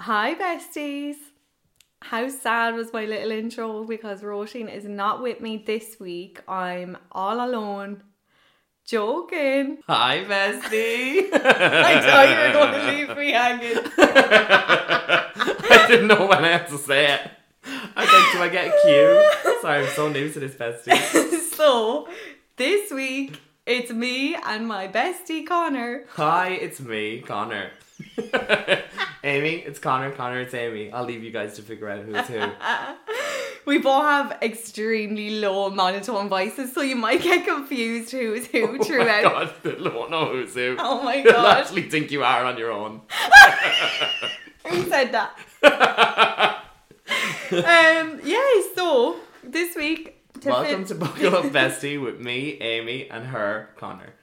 Hi, besties. How sad was my little intro because Roisin is not with me this week. I'm all alone. Joking. Hi, bestie. I thought you were going to leave me hanging. I didn't know when I had to say it. I was like, do I get a cue? Sorry, I'm so new to this, bestie. so, this week it's me and my bestie Connor. Hi, it's me, Connor. Amy, it's Connor. Connor, it's Amy. I'll leave you guys to figure out who's who. We both have extremely low monotone voices, so you might get confused who is who Oh my throughout. God, they don't know who's who. Oh my They'll God. actually think you are on your own. Who said that? um, yeah, so this week. To Welcome fit- to Buckle Up Bestie with me, Amy, and her, Connor.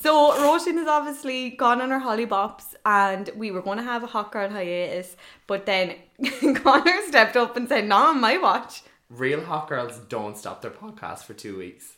So Roshan has obviously gone on her holly bops, and we were going to have a hot girl hiatus, but then Connor stepped up and said, "Not on my watch." Real hot girls don't stop their podcast for two weeks.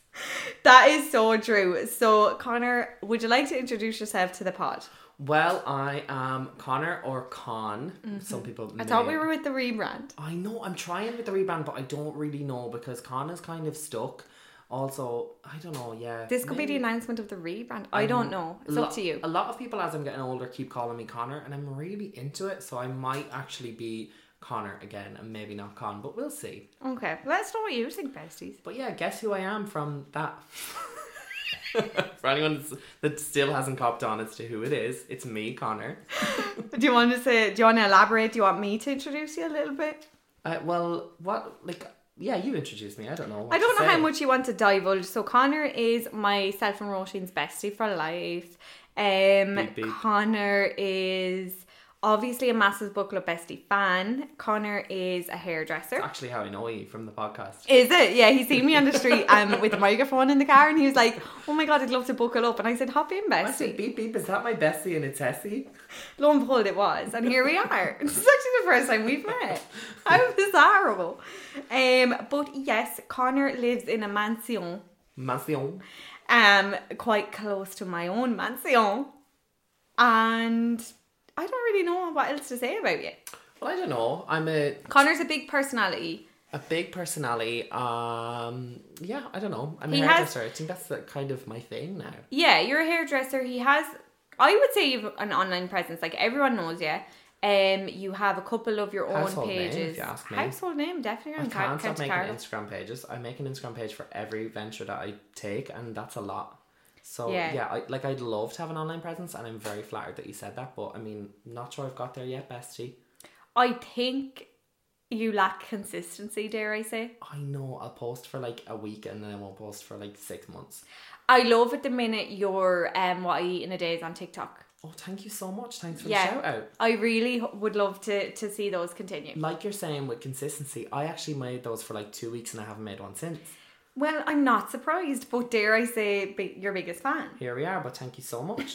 That is so true. So Connor, would you like to introduce yourself to the pod? Well, I am Connor or Con. Some people. Mm-hmm. I thought we were with the rebrand. I know I'm trying with the rebrand, but I don't really know because Con is kind of stuck. Also, I don't know. Yeah, This could be the maybe- announcement of the rebrand. I Um, don't know. It's a up lot- to you. A lot of people, as I'm getting older, keep calling me Connor, and I'm really into it. So I might actually be Connor again, and maybe not Con, but we'll see. Okay, let's know what you think, besties. But yeah, guess who I am from that. For anyone that's- that still hasn't copped on as to who it is, it's me, Connor. Do you want to say? Do you want to elaborate? Do you want me to introduce you a little bit? Uh, well, what like? Yeah, you introduced me. I don't know. what I don't to know how say. much you want to divulge. So Connor is myself and Roisin's bestie for life. Um, Beep, beep. Connor is obviously a massive book club bestie fan. Connor is a hairdresser. Actually, how I know you from the podcast. Is it? Yeah, he seen me on the street um, with a microphone in the car, and he was like, "Oh my god, I'd love to buckle up." And I said, "Hop in, I said, bestie." beep beep, is that my Bessie and it's Essie? Lo and behold, it was, and here we are. this is actually the first time we've met. How desirable! Um, but yes, Connor lives in a mansion. Mansion. um quite close to my own mansion and i don't really know what else to say about you Well, I don't know. I'm a, connor's a big personality a big personality. Um, yeah, I don't know. I'm a He has- hairdresser. I think that's the, kind of my thing now. yeah you're a hairdresser he has i would say you've an online presence like everyone knows you um you have a couple of your own Household name, if pages you ask me. household name definitely I on Ca- can't stop County making Carlow. Instagram pages. I make an Instagram page for every venture that I take, and that's a lot. So Yeah. yeah, I, like I'd love to have an online presence, and I'm very flattered that you said that. But I mean, not sure I've got there yet, bestie. i think you lack consistency dare i say I know I'll post for like a week, and then I won't post for like six months. i love at the minute your um what i eat in a day is on tiktok Oh, thank you so much. Thanks for Yeah. the shout out. i really h- would love to to see those continue like you're saying with consistency, I actually made those for like two weeks and I haven't made one since. Well, I'm not surprised, but dare I say, bi- your biggest fan. Here we are, but thank you so much.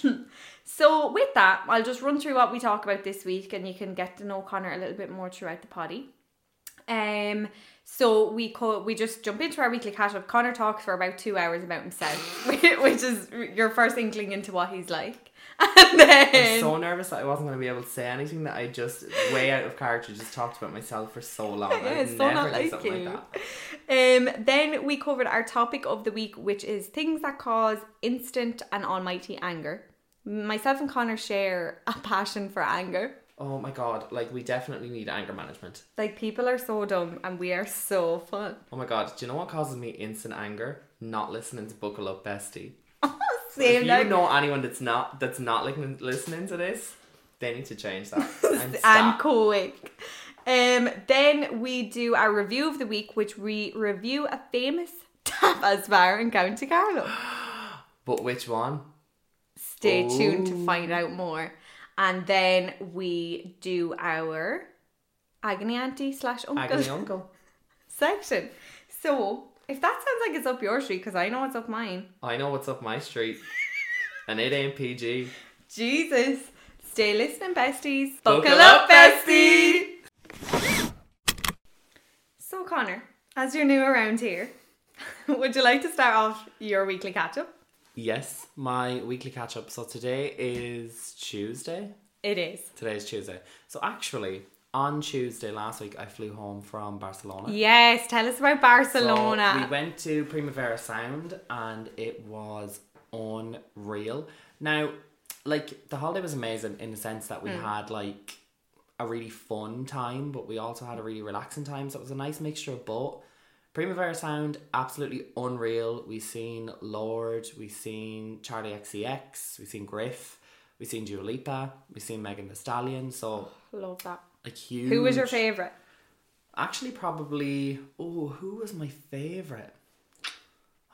So, with that, I'll just run through what we talk about this week and you can get to know Connor a little bit more throughout the potty. Um, so we co- we just jump into our weekly catch up. Connor talks for about two hours about himself, which is your first inkling into what he's like. And I'm then, so nervous that I wasn't going to be able to say anything that I just way out of character just talked about myself for so long. I Yeah, would it's so never not do like something you. that. um, then we covered our topic of the week, which is things that cause instant and almighty anger. Myself and Connor share a passion for anger. Oh my god, like we definitely need anger management. Like people are so dumb and we are so fun. Oh my god, do you know what causes me instant anger? Not listening to Buckle Up Bestie. If Same you like know anyone that's not that's not like listening to this, they need to change that. And and stop. quick. Um, then we do our review of the week, which we review a famous tapas bar in County Carlow. But which one? Stay tuned to Oh. find out more. And then we do our agony auntie slash Agony uncle Uncle. section. So if that sounds like it's up your street, because I know it's up mine. I know what's up my street. and it ain't PG. Jesus. Stay listening, besties. Buckle up, bestie. So, Connor, as you're new around here, would you like to start off your weekly catch up? Yes, my weekly catch up. So today is Tuesday. It is. Today's Tuesday. So actually, on Tuesday last week, I flew home from Barcelona. Yes, tell us about So we Barcelona. went to Primavera Sound and it was unreal. Now, like the holiday was amazing in the sense that we Hmm. had like a really fun time, but we also had a really relaxing time. So it was a nice mixture of both. Primavera Sound, absolutely unreal. We seen Lord, we seen Charlie XCX, we seen Griff, we seen Dua Lipa, we seen Megan Thee Stallion. So Love that. a huge. Who was your favourite? Actually, probably. Oh, who was my favorite?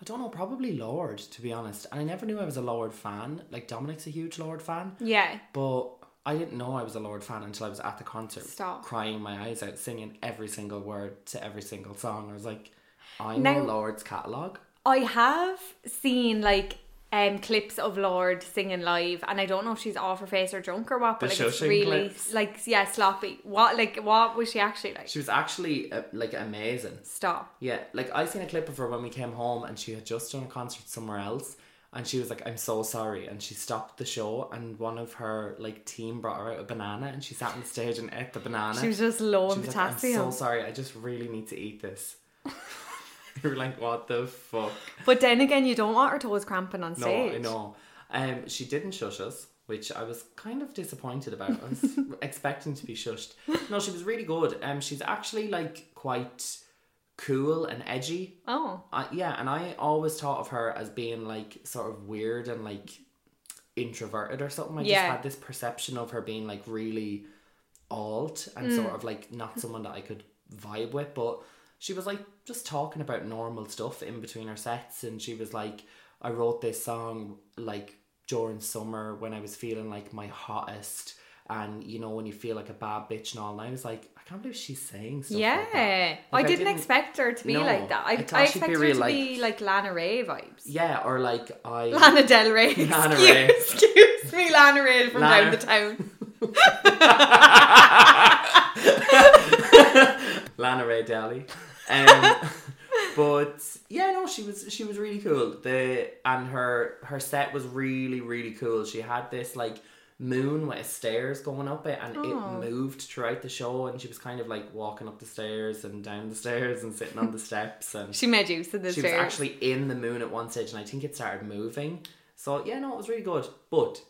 I don't know. Probably Lord, to be honest. And I never knew I was a Lord fan. Like Dominic's a huge Lord fan, Yeah. but I didn't know I was a Lord fan until I was at the concert, Stop. crying my eyes out, singing every single word to every single song. I was like, I know Now- Lord's catalog. I have seen like um clips of Lord singing live, and I don't know if she's off her face or drunk or what, but The like it's shushing really clips. like yeah sloppy. What like what was she actually like? She was actually uh, like amazing. Stop. Yeah, like I seen a clip of her when we came home and she had just done a concert somewhere else and she was like, I'm so sorry and she stopped the show and one of her like team brought her out a banana and she sat on stage and ate the banana. She was just low She in was like, I'm potassium. so sorry, I just really need to eat this. you were like, What the fuck? but then again, you don't want her toes cramping on No, stage. I know. Um, she didn't shush us, which I was kind of disappointed about. I was expecting to be shushed. No, she was really good. Um, she's actually like quite cool and edgy Oh, I, yeah, and I always thought of her as being like sort of weird and like introverted or something. I Yeah. just had this perception of her being like really alt Mm. and sort of like not someone that I could vibe with. But she was like just talking about normal stuff in between her sets, and she was like, I wrote this song like during summer when I was feeling like my hottest. And you know when you feel like a bad bitch and all, and I was like, I can't believe she's saying stuff. yeah. like that. I Like, didn't expect her to be No, like that. I, I I, thought she'd expected be her real to life. be like Lana Ray vibes. Yeah, or like I Lana Del Rey. Lana excuse, Ray. excuse me, Lana Ray from Lana. down the town. Lana Ray Daly. Um, but yeah, no, she was she was really cool. The and her her set was really really cool. She had this like moon with stairs going up it, and Oh. it moved throughout the show. And she was kind of like walking up the stairs and down the stairs and sitting on the steps. And She made use of this she was actually in the moon at one stage, and I think it started moving. So yeah, no, it was really good. But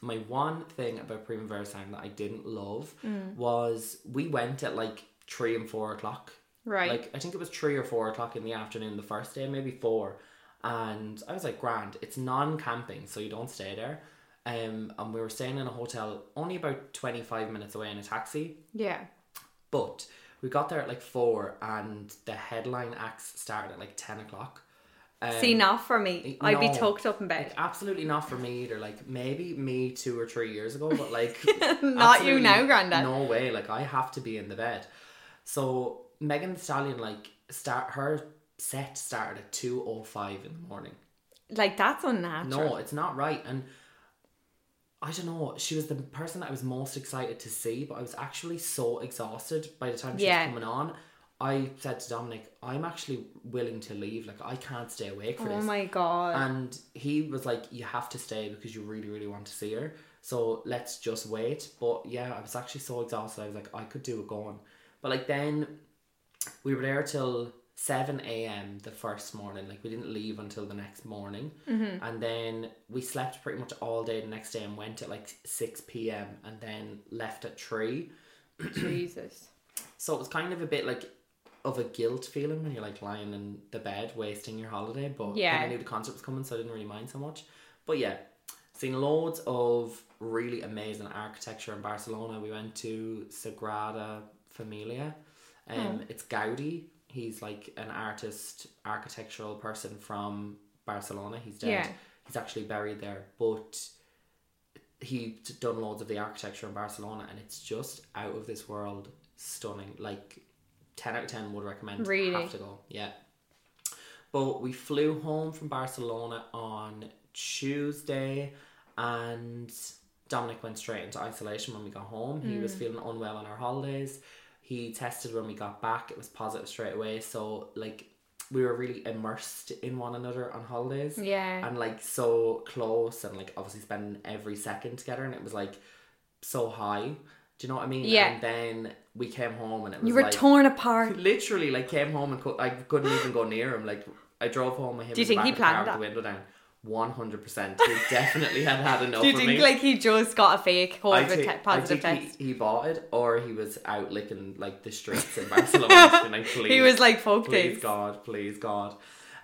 my one thing about Primavera Sound that I didn't love was we went at like three and four o'clock. right. Like I think it was three or four o'clock in the afternoon the first day, maybe four. And I was like, grand, it's non camping, so you don't stay there. Um, and we were staying in a hotel only about 25 minutes away in a taxi. yeah. But we got there at like four, and the headline acts started at like ten o'clock. Um, See, not for me. I'd be no. tucked up in like, bed. absolutely not for me either. Like maybe me two or three years ago, but like Not you absolutely now, Grandad. No way. Like I have to be in the bed. So Megan Thee Stallion, like start her set started at two o five in the morning. Like that's unnatural. No, it's not right. And I don't know. She was the person that I was most excited to see, but I was actually so exhausted by the time she Yeah. was coming on. I said to Dominic, "I'm actually willing to leave. Like I can't stay awake for oh this." my god. And he was like, "You have to stay because you really, really want to see her. So let's just wait." But yeah, I was actually so exhausted. I was like, "I could do it going." But like then, we were there till seven a.m. the first morning. Like we didn't leave until the next morning, and then we slept pretty much all day the next day and went at like six p.m. and then left at three. Jesus. So it was kind of a bit like of a guilt feeling when you're like lying in the bed wasting your holiday. But then Yeah. I knew the concert was coming, so I didn't really mind so much. But yeah, seen loads of really amazing architecture in Barcelona. We went to Sagrada Familia. Hmm. Um, It's Gaudi. He's like an artist, architectural person from Barcelona. He's dead. Yeah. He's actually buried there, but he done loads of the architecture in Barcelona, and it's just out of this world, stunning. Like ten out of ten would recommend. Really? have to go. Yeah. But we flew home from Barcelona on Tuesday, and Dominic went straight into isolation when we got home. He was feeling unwell on our holidays. He tested when we got back. It was positive straight away. So like we were really immersed in one another on holidays Yeah. and like so close and like obviously spending every second together and it was like so high. Do you know what I mean? Yeah. And then we came home and it was You were like, torn apart. literally like came home and co- I couldn't even go near him. Like I drove home with him. Do you in the think back he of the car planned with that? The window down. One hundred percent. He definitely had had enough. Do you of think me. like he just got a fake I COVID think- te- positive I test? think he, he bought it, or he was out licking like the streets in Barcelona. and like, please, He was like, folk please days. God, please God.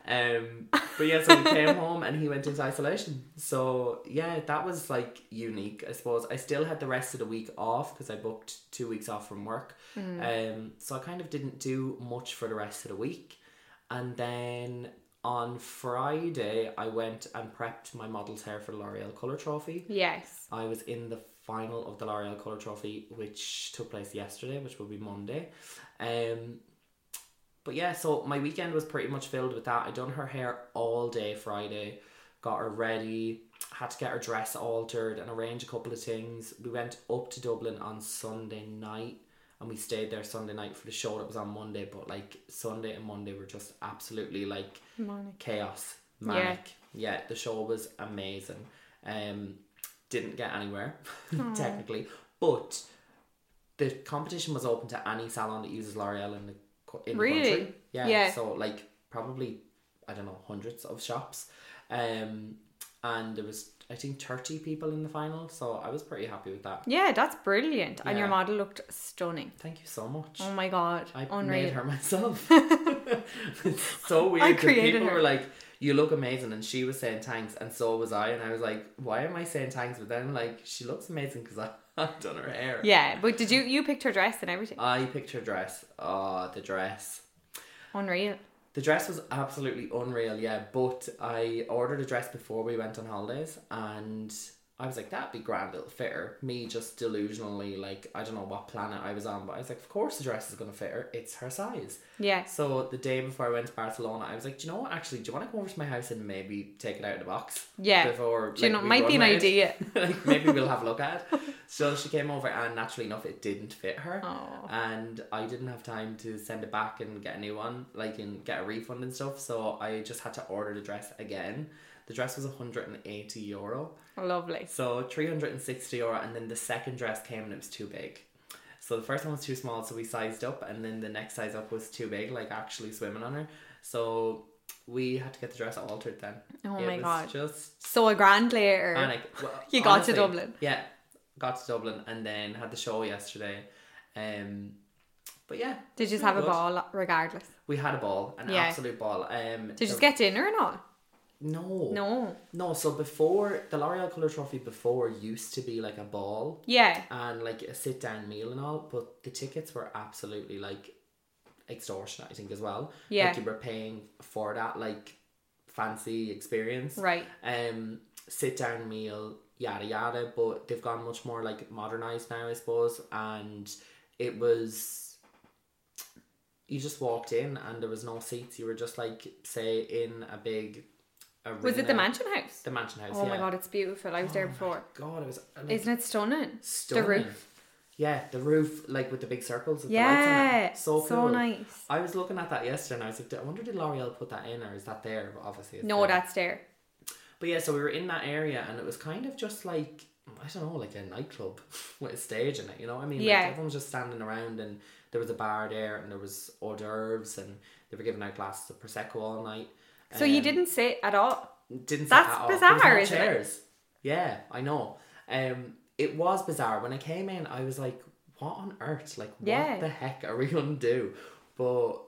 Um, but yeah, so he came home and he went into isolation. So yeah, that was like unique, I suppose. I still had the rest of the week off because I booked two weeks off from work. Um, so I kind of didn't do much for the rest of the week, and then on Friday I went and prepped my model's hair for the L'Oreal Color Trophy. Yes. I was in the final of the L'Oreal Colour Trophy, which took place yesterday, which will be Monday. Um, but yeah, so my weekend was pretty much filled with that. I done her hair all day Friday, got her ready, had to get her dress altered and arrange a couple of things. We went up to Dublin on Sunday night and we stayed there Sunday night for the show that was on Monday. But like Sunday and Monday were just absolutely like Manic. chaos, manic. Yeah. the show was amazing. Um, didn't get anywhere technically, but the competition was open to any salon that uses L'Oreal in the co- in the Really? country. Yeah, Yeah. So like probably I don't know hundreds of shops, um, and there was I think thirty people in the final, so I was pretty happy with that. Yeah, that's brilliant. And your Yeah. model looked stunning. Thank you so much. Oh my god. I Unreal. made her myself. it's so weird. I 'cause created people her. were like, "You look amazing," and she was saying thanks, and so was I, and I was like, "Why am I saying thanks?" But then like, she looks amazing because I have done her hair. Yeah, but did you you picked her dress and everything? I picked her dress. Ah, the dress. Unreal. The dress was absolutely unreal, yeah. But I ordered a dress before we went on holidays, and I was like, "That'd be grand, it'll fit her." Me just delusionally, like, I don't know what planet I was on, but I was like, "Of course, the dress is gonna fit her. It's her size." Yeah. So the day before I went to Barcelona, I was like, "Do you know what? Actually, do you want to come over to my house and maybe take it out of the box?" Yeah. Before, Do you know, we might run be an out? idea. like maybe we'll have a look at it. So she came over, and naturally enough, it didn't fit her. Oh. And I didn't have time to send it back and get a new one, like and get a refund and stuff. So I just had to order the dress again. The dress was 180 euro, Lovely. so 360 euro, and then the second dress came and it was too big. So the first one was too small, so we sized up, and then the next size up was too big, like actually swimming on her. So we had to get the dress altered then. Oh it my was God. Just So a grand later. panic. Well, You got to Dublin. Yeah, got to Dublin and then had the show yesterday. Um, but yeah, Did you just have a Good. ball regardless? we had a ball, an Yeah. absolute ball. Um, Did you just get dinner and all? no, No. no? So before the L'Oreal Color Trophy, before used to be like a ball Yeah. and like a sit down meal and all, but the tickets were absolutely like extortionate. I think as well. Yeah. like you were paying for that like fancy experience, Right. um sit down meal yada yada but they've gone much more like modernized now i suppose and it was you just walked in and there was no seats you were just like say in a big arena. Was it the mansion house? the mansion house Oh yeah. my god, it's beautiful. I was there Oh my before. god it was like, Isn't it stunning? stunning. The roof. yeah the roof like with the big circles with the lights on Yeah. it. so So, cool nice. i was looking at that yesterday and i was like i wonder did l'oreal put that in or is that there but obviously it's No, there. that's there. But yeah, so we were in that area and it was kind of just like I don't know, like a nightclub with a stage in it, you know what I mean? Yeah. Like everyone was just standing around and there was a bar there and there was hors d'oeuvres and they were giving out glasses of Prosecco all night. So you Um, didn't sit at all. didn't sit That's at all. There was no bizarre, isn't it? chairs. Yeah, I know. Um it was bizarre. When I came in I was like, What on earth? Like what Yeah. the heck are we gonna do? But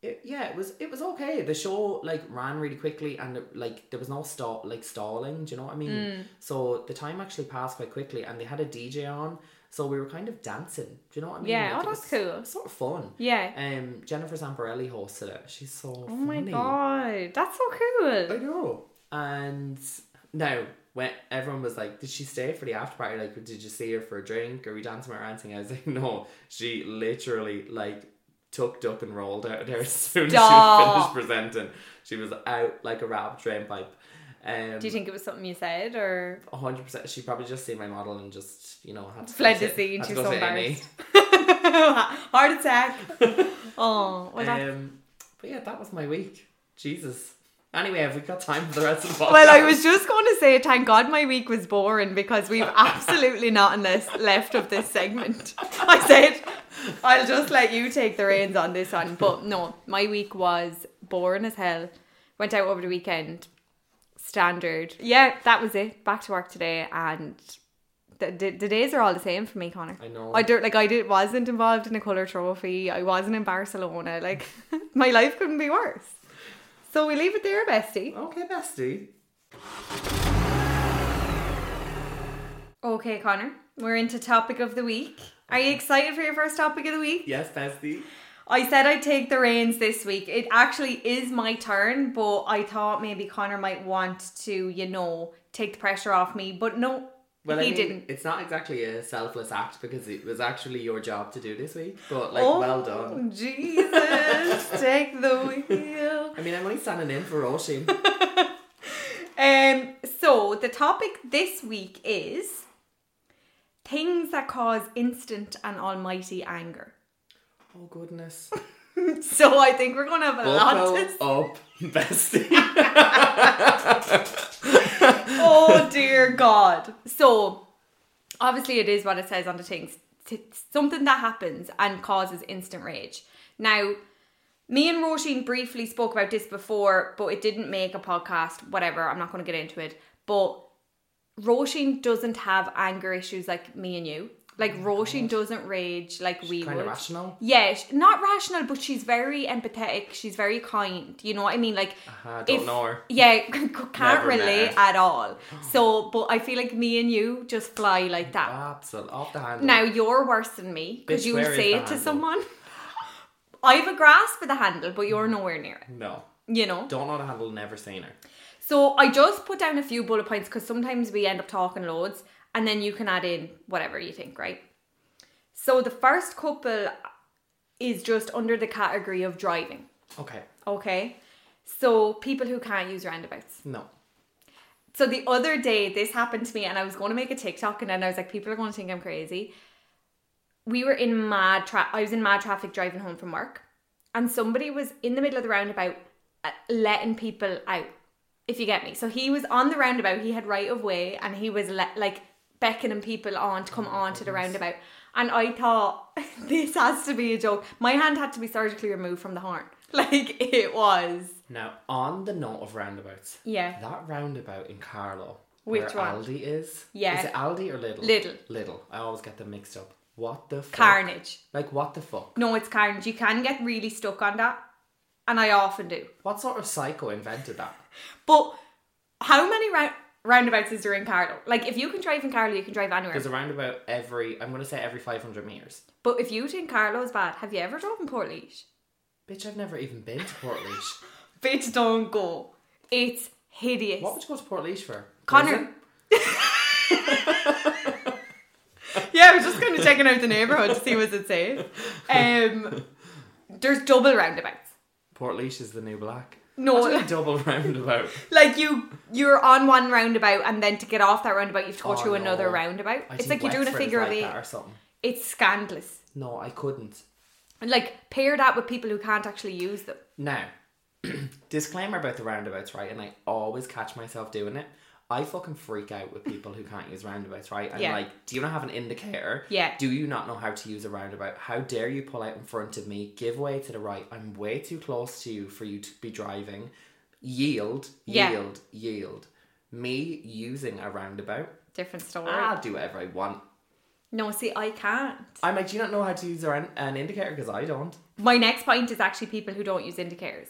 it, yeah, it was it was okay. The show like ran really quickly, and it, like there was no stall like stalling. Do you know what I mean? Mm. So the time actually passed quite quickly, and they had a DJ on, so we were kind of dancing. Do you know what I mean? Yeah, Like, oh, it that's was- cool. It was sort of fun. Yeah. Um, Jennifer Zamparelli hosted it. She's so. Oh my funny. god, that's so I cool. know. And now, when everyone was like, "Did she stay for the after party? Like, did you see her for a drink? Are we dancing or anything?" I was like, "No, she literally like tucked up and rolled out of there as soon Stop. as she finished presenting. She was out like a wrapped drain pipe." Um, Do you think it was something you said or 100%. She probably just seen my model and just, you know, had to fled go the to- scene? had to She was go so to E. A&E. embarrassed. Heart attack. Oh, well, that's Um, but yeah, that was my week. Jesus. Anyway, have we got time for the rest of the podcast? Well, I was just going to say, thank God my week was boring because we've absolutely nothing less left of this segment. I said, I'll just let you take the reins on this one. But no, my week was boring as hell. Went out over the weekend. Standard. Yeah, that was it. Back to work today and. The, the, the days are all the same for me, Connor. I know. I don't like. I did, wasn't involved in a color trophy. I wasn't in Barcelona. Like, my life couldn't be worse. So we leave it there, bestie. Okay, bestie. Okay, Connor, we're into topic of the week. Are you excited for your first topic of the week? Yes, bestie. I said I'd take the reins this week. It actually is my turn, but I thought maybe Connor might want to, you know, take the pressure off me. But no, Well, he I mean, didn't. It's not exactly a selfless act because it was actually your job to do this week, but like, Oh. well done. Jesus, take the wheel. I mean, I'm only standing in for Roisin. Um, so the topic this week is things that cause instant and almighty anger. oh, goodness. So I think we're gonna have a lot Buckle to up, bestie. oh dear God. So, obviously, it is what it says on the things. It's something that happens and causes instant rage. Now, me and Roisin briefly spoke about this before, but it didn't make a podcast. Whatever, I'm not going to get into it. But Roisin doesn't have anger issues like me and you. Like Roisin doesn't rage like we kind of would. rational. Yeah, sh- not rational, but she's very empathetic. She's very kind. You know what I mean? Like, Uh, don't know her. Yeah, c- can't Never met relate her. at all. So, but I feel like me and you just fly like that. Absolutely. Off the handle. Now you're worse than me because Bitch, you where is say the it to handle? someone. I have a grasp of the handle, but you're nowhere near it. No. You know. Mm. Don't know the handle, never seen her. So I just put down a few bullet points because sometimes we end up talking loads, and then you can add in whatever you think, right? So the first couple is just under the category of driving. Okay. Okay. So people who can't use roundabouts. No. So the other day, this happened to me, and I was going to make a TikTok, and then I was like, people are going to think I'm crazy. We were in mad tra- I was in mad traffic driving home from work, and somebody was in the middle of the roundabout uh, letting people out. If you get me, so he was on the roundabout. He had right of way, and he was le- like beckoning people on to come on to the roundabout. And I thought this has to be a joke. My hand had to be surgically removed from the horn. Like it was. Now, on the note of roundabouts, Yeah. that roundabout in Carlo, Which where one? Aldi is, Yeah. is it Aldi or Little? Little. Little. I always get them mixed up. What the fuck? Carnage. Like what the fuck? No, it's carnage. You can get really stuck on that, and I often do. What sort of psycho invented that? But how many round- roundabouts is there in Carlo? Like, if you can drive in Carlo, you can drive anywhere. There's a roundabout every. I'm gonna say every 500 meters. But if you think Carlo is bad, have you ever driven Port Leash? Bitch, I've never even been to Port Leash. Bitch, don't go. It's hideous. Oh, what would you go to Port Leash for? Connor. Prison? yeah, I was just kind of checking out the neighborhood to see what's it safe. Um, there's double roundabouts. Port Leash is the new black. No, Imagine a double roundabout. like you you're on one roundabout and then to get off that roundabout you have to go Oh, through no. another roundabout I it's think like you're doing a Wexford is figure of like eight that or something. it's scandalous No, I couldn't. and like pair that with people who can't actually use them Now, disclaimer about the roundabouts, right? And I always catch myself doing it. I fucking freak out with people who can't use roundabouts, right? I'm Yeah. like, do you not have an indicator? Yeah. Do you not know how to use a roundabout? How dare you pull out in front of me? Give way to the right. I'm way too close to you for you to be driving. Yield, Yeah. yield, yield. Me using a roundabout, different story I'll do whatever I want. no see i can't I'm like, do you not know how to use a round- an indicator? Because I don't. my next point is actually people who don't use indicators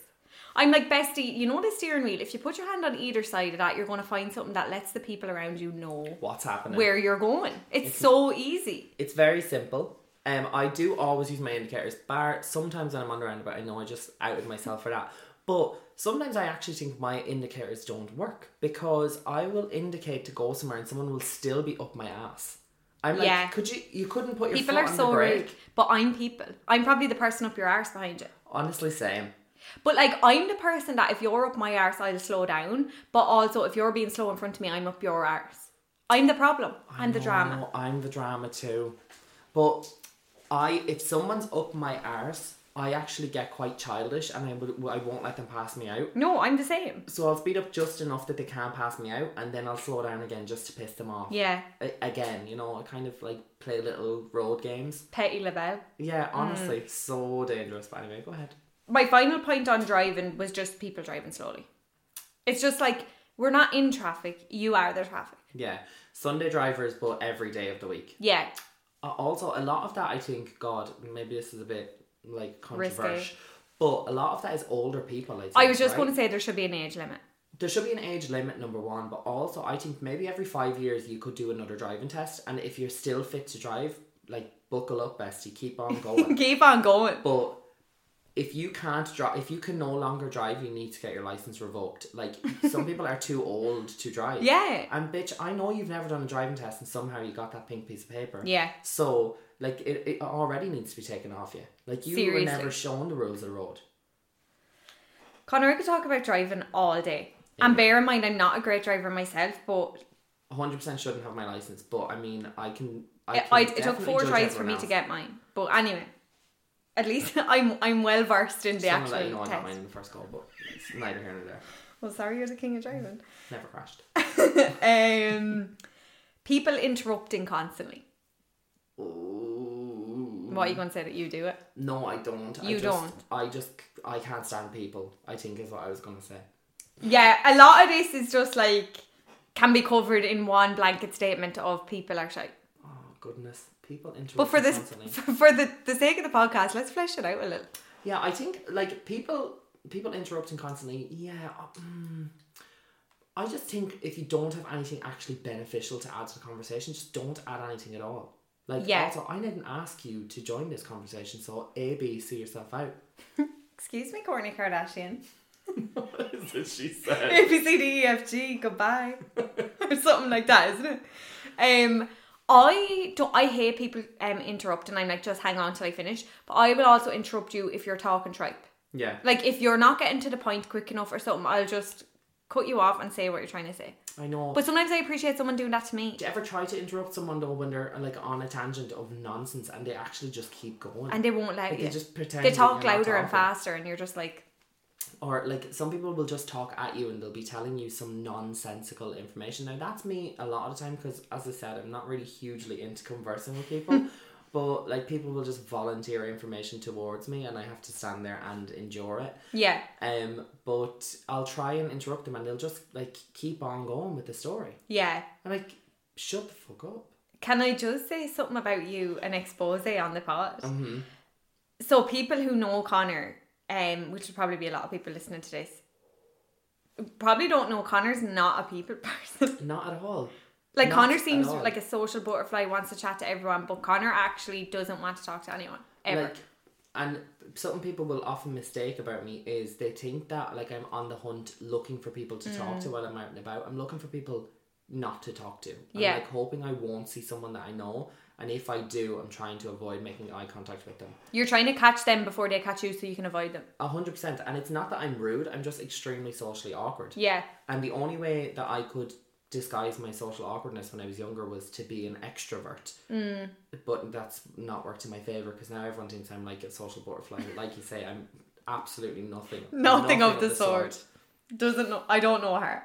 i'm like bestie you know the steering wheel if you put your hand on either side of that you're going to find something that lets the people around you know What's happening? where you're going it's so easy It's very simple. Um, I do always use my indicators. Bar sometimes when I'm on the roundabout, I know I just outed myself for that. But sometimes I actually think my indicators don't work because I will indicate to go somewhere and someone will still be up my ass. I'm like, Yeah. could you? You couldn't put your people foot are on so the brake. rude but i'm people i'm probably the person up your arse behind you Honestly, same. But like I'm the person that if you're up my arse, I'll slow down. But also if you're being slow in front of me, I'm up your arse. I'm the problem. I'm the No, drama. I'm the drama too. But I, if someone's up my arse, I actually get quite childish and I, will, I won't let them pass me out. No, I'm the same. So I'll speed up just enough that they can't pass me out and then I'll slow down again just to piss them off. Yeah, A- Again, you know, I kind of like play little road games. petty Lebel. Yeah, honestly, so dangerous. But anyway, go ahead. My final point on driving was just people driving slowly. It's just like we're not in traffic. You are the traffic. Yeah, Sunday drivers, but every day of the week. Yeah, Uh, Also, a lot of that, I think, God, maybe this is a bit like Risky. controversial, but a lot of that is older people. I, think, I was just right? going to say there should be an age limit. There should be an age limit, number one, but also I think maybe every five years you could do another driving test, and if you're still fit to drive, like buckle up, bestie, keep on going. Keep on going. but if you can't drive, if you can no longer drive, you need to get your license revoked. Like some people are too old to drive. Yeah. And bitch, I know you've never done a driving test, and somehow you got that pink piece of paper. Yeah. So like it, it already needs to be taken off you. Like you Seriously. were never shown the rules of the road. Connor, I could talk about driving all day. And bear in mind, I'm not a great driver myself, but hundred percent shouldn't have my license, but I mean, I can. I it, can I, it took definitely four judge tries for me everyone to else. get mine. But anyway, at least I'm I'm well versed in the Just wanna actual let you know I got mine test. in the first goal, but it's neither here nor there. Well, sorry, you're the king of driving. Never crashed. um, people interrupting constantly. Ooh. What are you going to say that you do it? No, I don't. I You just, don't. I just, I can't stand people. I think is what I was gonna say. Yeah, a lot of this is just like can be covered in one blanket statement of people are shy. Oh goodness, people interrupting. But for this, constantly. for, for the, the sake of the podcast, let's flesh it out a little. Yeah, I think like people people interrupting constantly. Yeah, uh, mm, I just think if you don't have anything actually beneficial to add to the conversation, just don't add anything at all. Like Yeah. also, I didn't ask you to join this conversation, so A B see yourself out. Excuse me, Courtney Kardashian. what is it she said? A B C D E F G. Goodbye, or something like that, isn't it? Um, I don't. I hate people um interrupting. I'm like, just hang on till I finish. But I will also interrupt you if you're talking tripe. Yeah, Like if you're not getting to the point quick enough or something, I'll just cut you off and say what you're trying to say. I know. But sometimes I appreciate someone doing that to me. do you ever try to interrupt someone though when they're like on a tangent of nonsense and they actually just keep going? and they won't let like, you. they just pretend they that talk you're not louder and talking. faster, and you're just like, or like some people will just talk at you and they'll be telling you some nonsensical information now that's me a lot of the time because as i said i'm not really hugely into conversing with people but like people will just volunteer information towards me and i have to stand there and endure it yeah, um but i'll try and interrupt them and they'll just like keep on going with the story yeah. i'm like shut the fuck up Can I just say something about you and expose on the pot? Mm-hmm. So people who know Connor, um, which would probably be a lot of people listening to this, probably don't know Connor's not a people person. not at all like Not Connor at seems all. like a social butterfly, wants to chat to everyone, but Connor actually doesn't want to talk to anyone ever. Like, and something people will often mistake about me is they think that like I'm on the hunt looking for people to talk Mm. to while I'm out and about. I'm looking for people not to talk to. I'm Yeah. like hoping I won't see someone that I know, and if I do, I'm trying to avoid making eye contact with them. you're trying to catch them before they catch you, so you can avoid them. A hundred percent. And it's not that I'm rude. I'm just extremely socially awkward. Yeah, And the only way that I could disguise my social awkwardness when I was younger was to be an extrovert. Mm. But that's not worked in my favour because now everyone thinks I'm like a social butterfly. like you say, I'm absolutely nothing. Nothing of the sort. doesn't know I don't know her.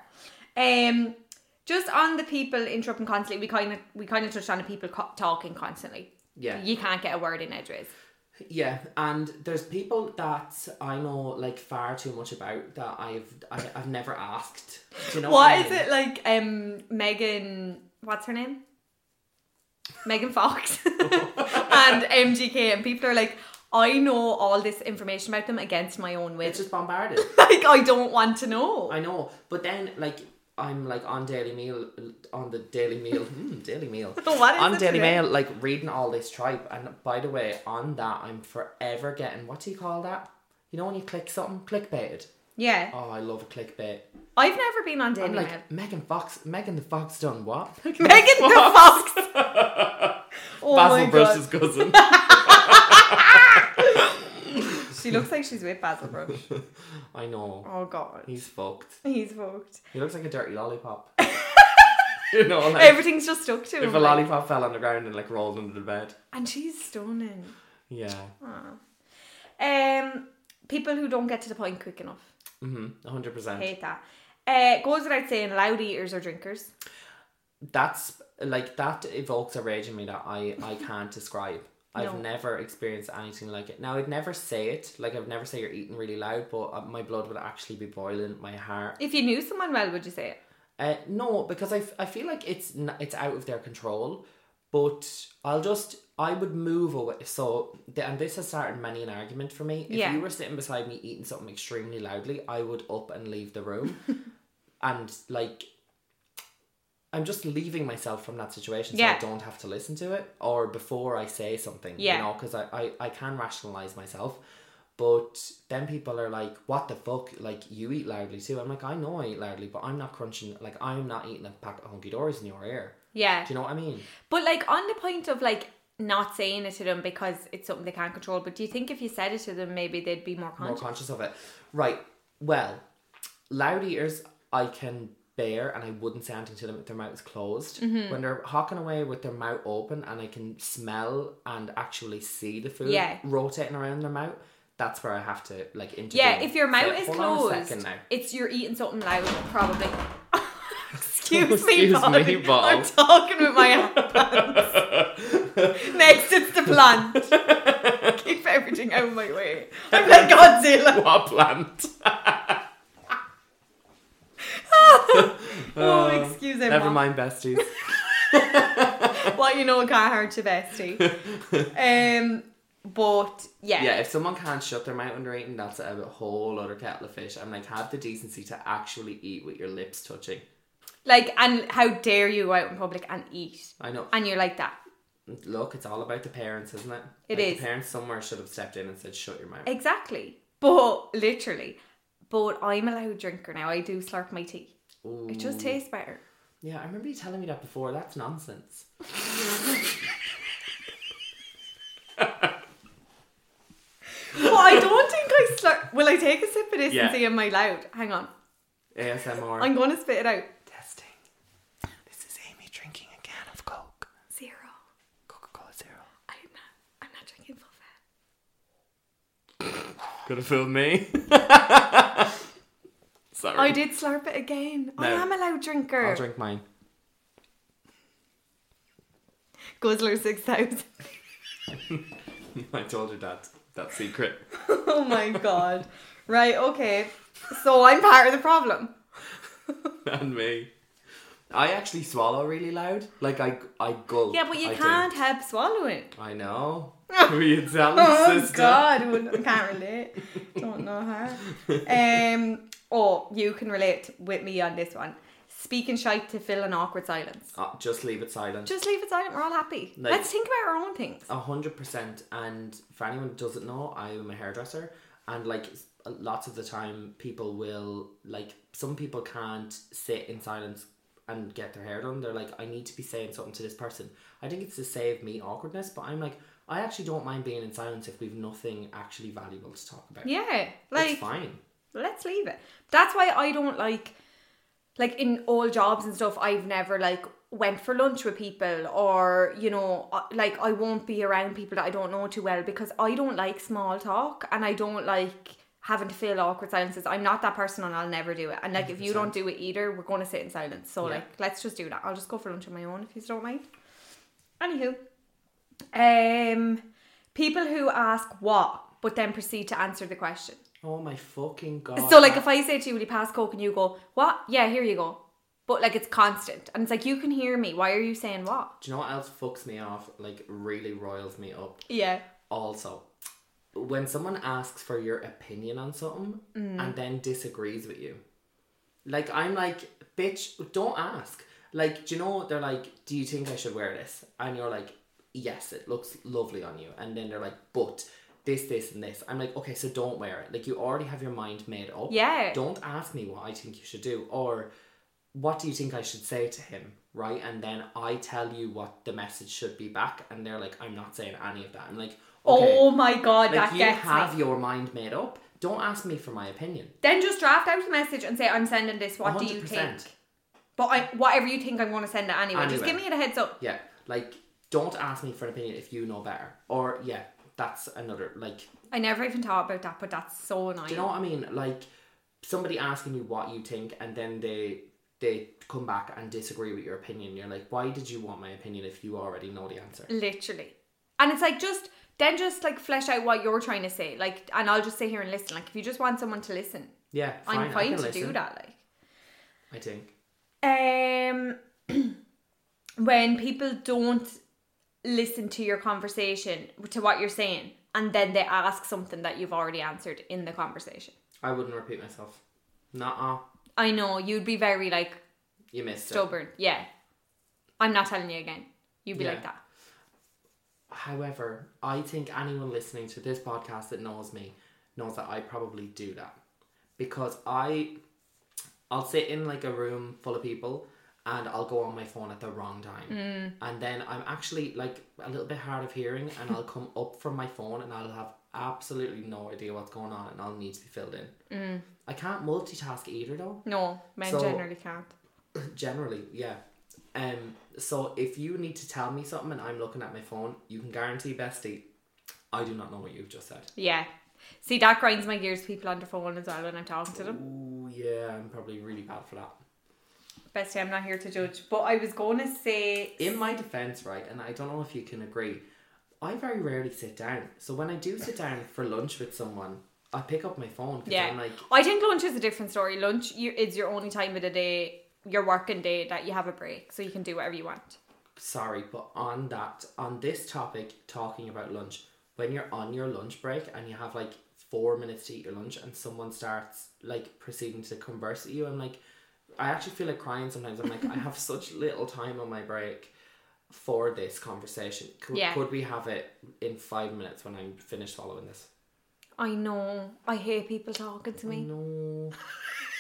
Um just on the people interrupting constantly, we kind of we kind of touched on the people co- talking constantly. Yeah. You can't get a word in edgeways. Yeah, and there's people that I know like far too much about that I've I, I've never asked. Do you know What I is mean? it like? Um, Megan, what's her name? Megan Fox and MGK, and people are like, I know all this information about them against my own will. It's just bombarded. like I don't want to know. I know, but then like I'm like on Daily Mail, on the Daily Mail, hmm, Daily Mail, What is on it Daily today? Mail, like reading all this tripe. And by the way, on that, I'm forever getting what do you call that? You know when you click something, clickbaited. yeah, Oh, I love a clickbait. I've never been on Daily I'm Mail. like Megan Fox. Megan the Fox done what? Megan the Fox. oh my Basil god. Brush's cousin. She looks like she's with Basil Brush. I know. Oh god. He's fucked. He's fucked. He looks like a dirty lollipop. you know, like Everything's just stuck to him. if a like- lollipop fell on the ground and like rolled under the bed. and she's stunning. Yeah. Aw. Um, people who don't get to the point quick enough. Mm-hmm. 100%. Hate that. Uh, goes without saying, loud eaters or drinkers. That's like that evokes a rage in me that I, I can't describe. I've No. never experienced anything like it. Now, I'd never say it. Like, I'd never say you're eating really loud, but uh, my blood would actually be boiling. My heart If you knew someone well, would you say it? Uh, no, because I, f- I feel like it's n- it's out of their control. But I'll just I would move away. So th- and this has started many an argument for me. If Yeah. you were sitting beside me eating something extremely loudly, I would up and leave the room, and like. I'm just leaving myself from that situation so I Yeah. don't have to listen to it or before I say something, Yeah. you know, because I, I, I can rationalize myself. But then people are like, "What the fuck? Like you eat loudly too?" I'm like, "I know I eat loudly, but I'm not crunching. Like I'm not eating a pack of hunky dories in your ear. Yeah. Do you know what I mean? But like on the point of like not saying it to them because it's something they can't control, but do you think if you said it to them maybe they'd be more More conscious? conscious of it, right? Well, loud eaters I can bear, and I wouldn't say anything to them if their mouth is closed. Mm-hmm. When they're hawking away with their mouth open, and I can smell and actually see the food Yeah. rotating around their mouth, that's where I have to like intervene. yeah, if your Say, mouth is "Hold on a closed, second now. it's you're eating something loud probably. Excuse me, Excuse Bobby. me, Bob. I'm talking with my hands. Next, it's the plant. Keep everything out of my way. I'm like Godzilla. What plant? oh, excuse me. Never Mom. mind, besties. Well, you know, it can't hurt to bestie. um, but yeah, Yeah, if someone can't shut their mouth when they're eating, that's a whole other kettle of fish. I'm like, have the decency to actually eat with your lips touching. like, and how dare you go out in public and eat? I know. And you're like that. Look, it's all about the parents, isn't it? It It is. is. The parents somewhere should have stepped in and said, shut your mouth. Exactly. But literally. But I'm a loud drinker now. I do slurp my tea. Ooh. It just tastes better. Yeah, I remember you telling me that before. That's nonsense. But I don't think I slurp. Will I take a sip of this Yeah. and see am I loud? Hang on. ASMR. I'm going to spit it out. Testing. This is Amy drinking a can of Coke. Zero. Coca Cola Zero. I'm not, I'm not drinking full fat. Could have fooled me. Sorry. I did slurp it again. I No. am a loud drinker. I'll drink mine. Guzzler 6000. I told her that. That secret. Oh my god. Right, okay. So I'm part of the problem. and me. I actually swallow really loud. Like I, I gulp. Yeah, but you I do. can't help swallowing. I know. Were you telling Oh sister? god, I wouldn't- I can't relate. Don't know her. Um oh, you can relate with me on this one. Speaking shite to fill an awkward silence. Uh, just leave it silent. Just leave it silent, we're all happy. Like- Let's think about our own things. A hundred percent. And for anyone who doesn't know, I am a hairdresser, and like s- lots of the time, people will like some people can't sit in silence and get their hair done. They're like, I need to be saying something to this person. I think it's to save me awkwardness, but I'm like, I actually don't mind being in silence if we've nothing actually valuable to talk about. Yeah. it's Like fine. let's leave it. That's why I don't like, like in all jobs and stuff. I've never like went for lunch with people, or you know, uh, like I won't be around people that I don't know too well because I don't like small talk and I don't like having to fill awkward silences. I'm not that person, and I'll never do it. And like, if you don't do it either, we're going to sit in silence. So Yeah. like, let's just do that. I'll just go for lunch on my own if you don't mind. Anywho, um, people who ask what but then proceed to answer the question. Oh my fucking god! So like if I say to you, will you pass Coke and you go, What? Yeah, here you go. But like it's constant. And it's like you can hear me. Why are you saying what? Do you know what else fucks me off? Like really roils me up. Yeah. Also, when someone asks for your opinion on something Mm. and then disagrees with you, like I'm like, bitch, don't ask. Like, do you know? They're like, do you think I should wear this? And you're like, yes, it looks lovely on you. And then they're like, but this, this, and this. I'm like, okay, so don't wear it. Like you already have your mind made up. Yeah. Don't ask me what I think you should do or what do you think I should say to him, right? And then I tell you what the message should be back, and they're like, I'm not saying any of that. I'm like, okay, Oh my god, like that you gets have me. your mind made up. Don't ask me for my opinion. Then just draft out a message and say, I'm sending this, what do you think? 100%. But I, whatever you think I'm gonna send it anyway. Just Anyway. give me a heads up. Yeah, like don't ask me for an opinion if you know better. Or yeah, that's another like. I never even thought about that, but that's so annoying. Do you know what I mean? Like somebody asking you what you think, and then they they come back and disagree with your opinion. You're like, why did you want my opinion if you already know the answer? Mm. Literally. And it's like just then just like flesh out what you're trying to say. Like and I'll just sit here and listen. Like if you just want someone to listen, Yeah, fine, I'm I fine can to listen, do that. Like I think. um when people don't listen to your conversation to what you're saying and then they ask something that you've already answered in the conversation I wouldn't repeat myself. Nah, i know you'd be very like you missed it. stubborn yeah i'm not telling you again you'd be Yeah. like that However, I think anyone listening to this podcast that knows me knows that I probably do that because I I'll sit in like a room full of people and I'll go on my phone at the wrong time. And then I'm actually like a little bit hard of hearing and I'll come up from my phone and I'll have absolutely no idea what's going on and I'll need to be filled in. I can't multitask either though no men So- generally can't generally yeah um so if you need to tell me something and i'm looking at my phone you can guarantee bestie i do not know what you've just said yeah see that grinds my gears people on their phone as well when i'm talking to them Ooh, yeah i'm probably really bad for that bestie i'm not here to judge but i was gonna say in my defense right and i don't know if you can agree i very rarely sit down so when i do sit down for lunch with someone i pick up my phone because Yeah. i'm like I think lunch is a different story. Lunch you, is your only time of the day, your working day, that you have a break, so you can do whatever you want. sorry but on that on this topic talking about lunch when you're on your lunch break and you have like four minutes to eat your lunch and someone starts like proceeding to converse with you i'm like i actually feel like crying sometimes i'm like i have such little time on my break for this conversation could, Yeah. could we have it in five minutes when i'm finished following this I know. I hate people talking to me. no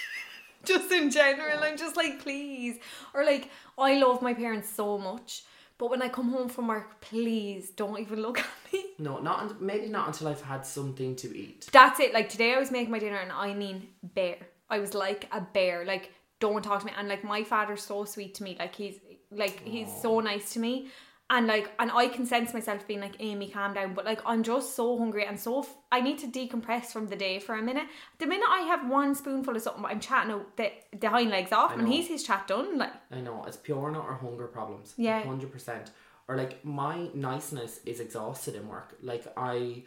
Just in general, I'm just like, please. Or like, I love my parents so much, but when I come home from work, please don't even look at me. no not un- maybe not until i've had something to eat That's it. Like today, I was making my dinner, and I mean bear. I was like a bear. Like don't talk to me. And like my father's so sweet to me. Like he's like he's so nice to me. And like and I can sense myself being like Amy, calm down. But like I'm just so hungry and so f- I need to decompress from the day for a minute. The minute I have one spoonful of something, I'm chatting out the, the hind legs off, and know. he's his chat done. Like I know it's pure not our hunger problems. Yeah. hundred percent. Or like my niceness is exhausted in work. Like I,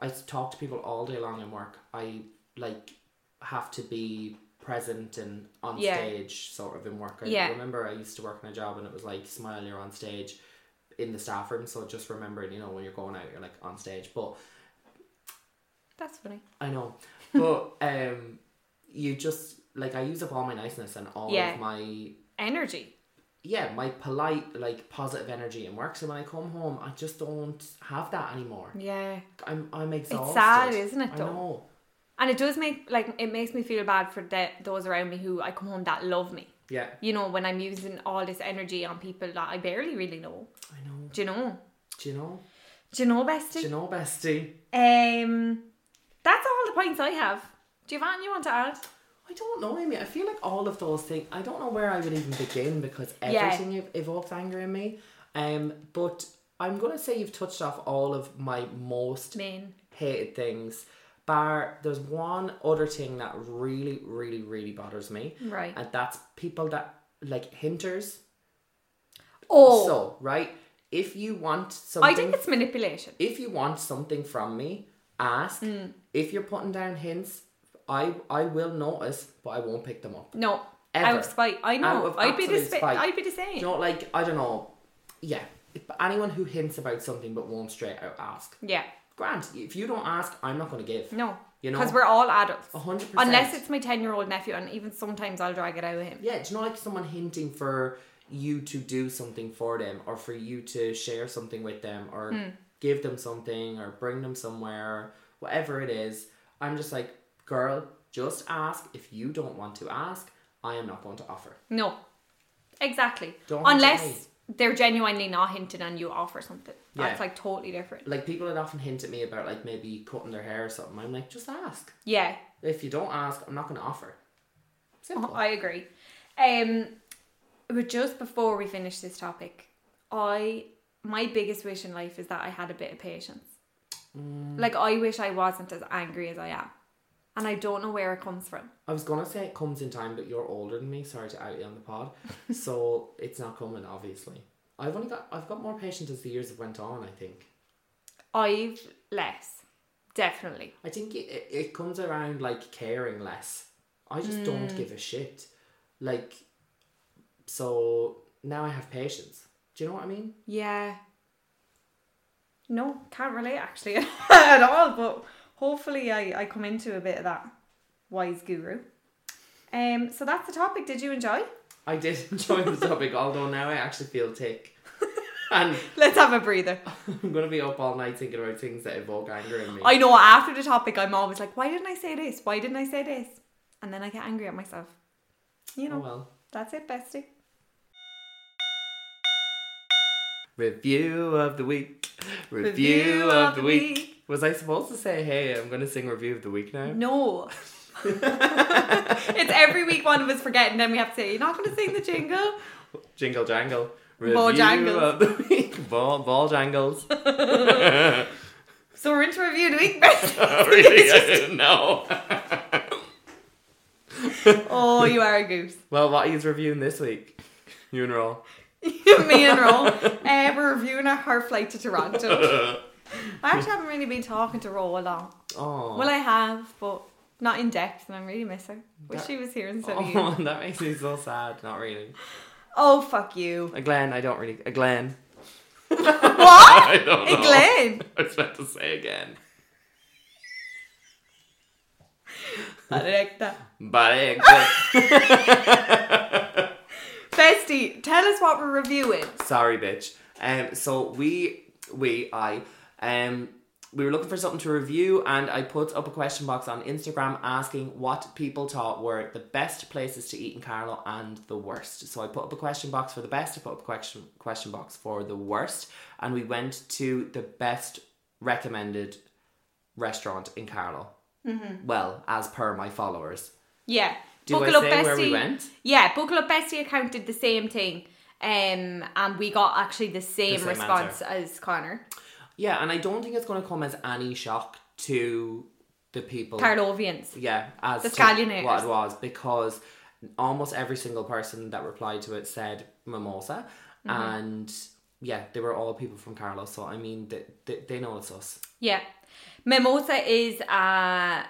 I talk to people all day long in work. I like have to be present and on Yeah. stage sort of in work. I Yeah. remember I used to work in a job and it was like smile you're on stage, in the staff room. So just remembering, you know, when you're going out, you're like on stage. But that's funny. I know. But um, you just like I use up all my niceness and all Yeah. of my Energy. yeah, my polite, like positive energy in work. So when I come home, I just don't have that anymore. Yeah. I'm I'm exhausted. sad, isn't it, I though? know. And it does make like it makes me feel bad for the, those around me who I come home that love me. Yeah, you know, when I'm using all this energy on people that I barely really know. I know. Do you know? Do you know? Do you know, Do you bestie? know, bestie? Um, that's all the points I have. Do you have anything you want to add? I don't know, Amy. I feel like all of those things. I don't know where I would even begin because Yeah. everything ev- evokes anger in me. Um, but I'm gonna say you've touched off all of my most Main. hated things. Bar, there's one other thing that really, really, really bothers me, Right. and that's people that like hinters. Oh, So, right, if you want I something, think it's manipulation. if you want something from me, ask. Hmm. If you're putting down hints, I I will notice, but I won't pick them up. No, out Ever. of spite. I Out know. of I'd be the absolute sp- spite. I'd be the You same. know, like I don't know, yeah. If anyone who hints about something but won't straight out ask, Yeah. Grant, if you don't ask, I'm not going to give. No. You know? Because we're all adults. A hundred percent. Unless it's my ten-year-old nephew, and even sometimes I'll drag it out of him. yeah, it's not like someone hinting for you to do something for them or for you to share something with them or give them something or bring them somewhere, whatever it is. I'm just like, girl, just ask. If you don't want to ask, I am not going to offer. No. Exactly. Don't Unless they're genuinely not hinting and you offer something. That's Yeah. like totally different. Like people would often hint at me about like maybe cutting their hair or something. I'm like, just ask. Yeah. If you don't ask, I'm not going to offer. Simple. I agree. Um, but just before we finish this topic, I my biggest wish in life is that I had a bit of patience. Like I wish I wasn't as angry as I am, and I don't know where it comes from. I was gonna say it comes in time, but you're older than me. Sorry to out you on the pod, so it's not coming. Obviously, I've only got I've got more patience as the years have went on. I think I've less, definitely. I think it, it, it comes around like caring less. I just Mm. don't give a shit. Like, so now I have patience. Do you know what I mean? Yeah. No, can't relate actually at all, but hopefully I, I come into a bit of that wise guru. Um, so that's the topic. Did you enjoy? I did enjoy the topic, although now I actually feel tick. And Let's have a breather. I'm gonna be up all night thinking about things that evoke anger in me. I know after the topic, I'm always like, why didn't I say this? Why didn't I say this? And then I get angry at myself. You oh know, well. that's it, bestie. Review of the week. Review, of, the week. Was I supposed to say, hey, I'm gonna sing review of the week now? No. it's every week one of us forget, and then we have to say, You're not going to sing the jingle. Jingle jangle. Ball jangles. of the week. Ball, ball jangles. So we're into review of the week, bestie. really? I didn't know. Oh, you are a goose. Well, what are you reviewing this week? You and Roll. Me and Roll. Uh, we're reviewing our, her flight to Toronto. I actually haven't really been talking to Roll a lot. Oh. Well, I have, but not in depth, and I really miss her. Wish That- she was here instead of you. Oh, that makes me so sad. Not really. Oh, fuck you. A Glen, I don't really. A Glen. What? I don't Hey, Glenn. I was about to say again. Directa. But I accept- Bestie, tell us what we're reviewing. sorry, bitch. Um, so we, we, I, um, we were looking for something to review, and I put up a question box on Instagram asking what people thought were the best places to eat in Carlo and the worst. So I put up a question box for the best. I put up a question question box for the worst, and we went to the best recommended restaurant in Carlo. Mm-hmm. Well, as per my followers. Yeah. Do I say where we went? Yeah, Buckle Up Bestie account did the same thing. Um, and we got actually the same, same response as Connor. Yeah, and I don't think it's going to come as any shock to the people. Carlovians. Yeah, as The to Scallionators. What it was because almost every single person that replied to it said mimosa, Mm-hmm. and yeah, they were all people from Carlos. So I mean, they they, they know it's us. Yeah. Mimosa is a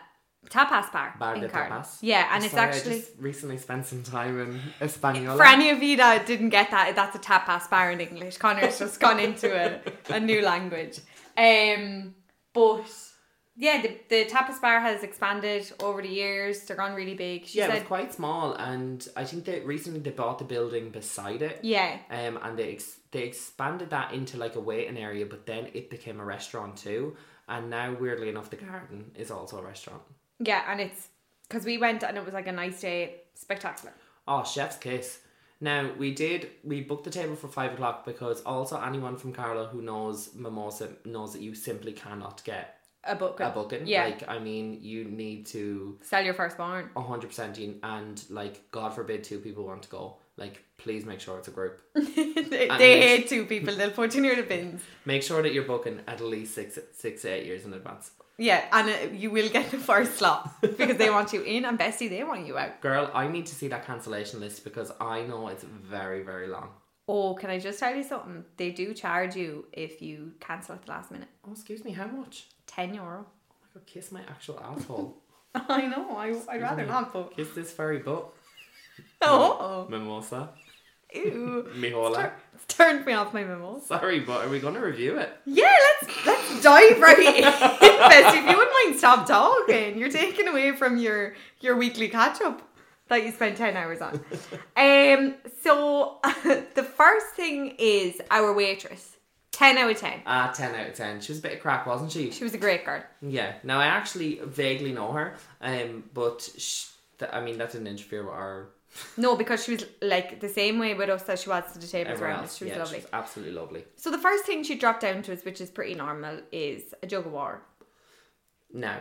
tapas bar. Bar in de Carlo. tapas. Yeah, and I'm it's sorry, I actually. just recently spent some time in Espanola. For any of you that didn't get that, that's a tapas bar in English. Connor's just gone into a, a new language. Um, but yeah, the, the tapas bar has expanded over the years. They're gone really big. She yeah, it said, was quite small, and I think that recently they bought the building beside it. yeah, um, and they ex- they expanded that into like a waiting area, but then it became a restaurant too. And now, weirdly enough, the garden is also a restaurant. yeah, and it's because we went and it was like a nice day, spectacular. Oh, chef's kiss. Now we did we booked the table for five o'clock because also anyone from Carlo who knows mimosa knows that you simply cannot get A book. a booking. Yeah. Like I mean, you need to Sell your firstborn. hundred percent in, and like God forbid two people want to go. Like please make sure it's a group. they And they hate it's- two people. They'll put you near the bins. Make sure that you're booking at least six six to eight years in advance. Yeah, and uh, you will get the first slot because they want you in, and Bestie, they want you out. Girl, I need to see that cancellation list because I know it's very, very long. Oh, can I just tell you something? They do charge you if you cancel at the last minute. Oh, excuse me, how much? 10 euro. Oh my god, kiss my actual asshole. I know, I, I'd rather me. not, but. kiss this furry butt. Oh, Mimosa. ew. Mihola. Tur- It's turned me off my memos. Sorry, but are we going to review it? Yeah, let's let's dive right in. Bestie, if you wouldn't mind stop talking. You're taking away from your your weekly catch up that you spent 10 hours on. Um so the first thing is our waitress. 10 out of 10. Ah, 10 out of 10. She was a bit of crack, wasn't she? She was a great girl. Yeah. Now, I actually vaguely know her, um, but sh- th- I mean, that didn't interfere with our. No, because she was like the same way with us that she was to the tables Everyone around else. us. She was yeah, lovely. She was absolutely lovely. So the first thing she dropped down to us, which is pretty normal, is a jug of water. Now,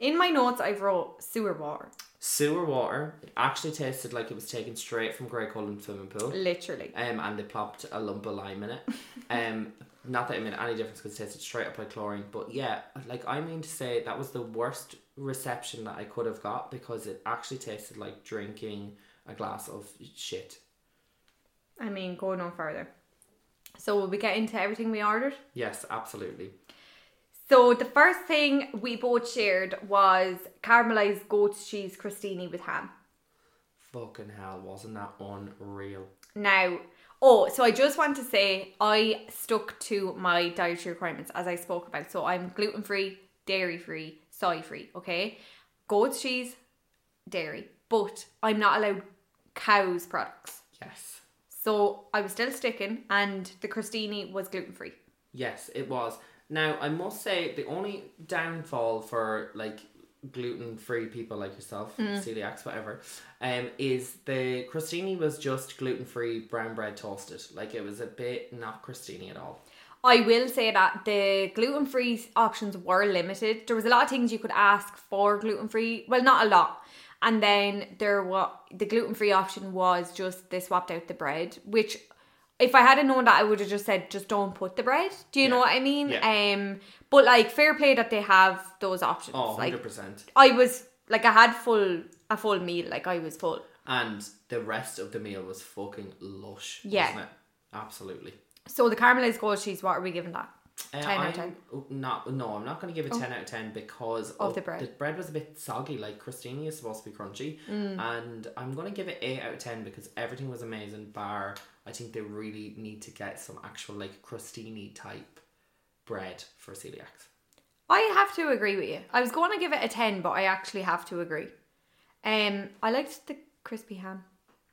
In my notes I wrote sewer water. sewer water. It actually tasted like it was taken straight from Grey Cullen swimming pool. Literally. um, and they plopped a lump of lime in it. Um, Not that it made any difference because it tasted straight up like chlorine, but yeah, like I mean to say, that was the worst reception that I could have got because it actually tasted like drinking a glass of shit. I mean, going on further. So will we get into everything we ordered? Yes, absolutely. So the first thing we both shared was caramelized goat's cheese crostini with ham. Fucking hell, wasn't that unreal? Now, oh, so I just want to say I stuck to my dietary requirements as I spoke about. So I'm gluten free, dairy free, soy free, okay? Goat's cheese, dairy, but I'm not allowed cow's products. Yes. So I was still sticking, and the crostini was gluten free. Yes, it was. Now, I must say, the only downfall for like gluten free people like yourself, Mm. celiacs, whatever, um, is the crostini was just gluten free brown bread toasted. Like it was a bit not crostini at all. I will say that the gluten free options were limited. There was a lot of things you could ask for gluten free. Well, not a lot. And then there was the gluten free option was just they swapped out the bread, which if I hadn't known that, I would have just said just don't put the bread. Do you know Yeah. what I mean? Yeah. Um, but like fair play that they have those options. Oh, like 100%. I was like I had full a full meal. Like I was full. and the rest of the meal was fucking lush. Yeah. Wasn't it? Absolutely. So the caramelized gold cheese. What are we giving that? Uh, 10 out of Oh. I'm- oh, Not, no, I'm not going to give it 10 out of 10 because of, the bread. The bread was a bit soggy, like crostini is supposed to be crunchy. Mm. And I'm going to give it 8 out of 10 because everything was amazing, bar I think they really need to get some actual, like, crostini type bread for celiacs. I have to agree with you. I was going to give it a 10, but I actually have to agree. Um, I liked the crispy ham.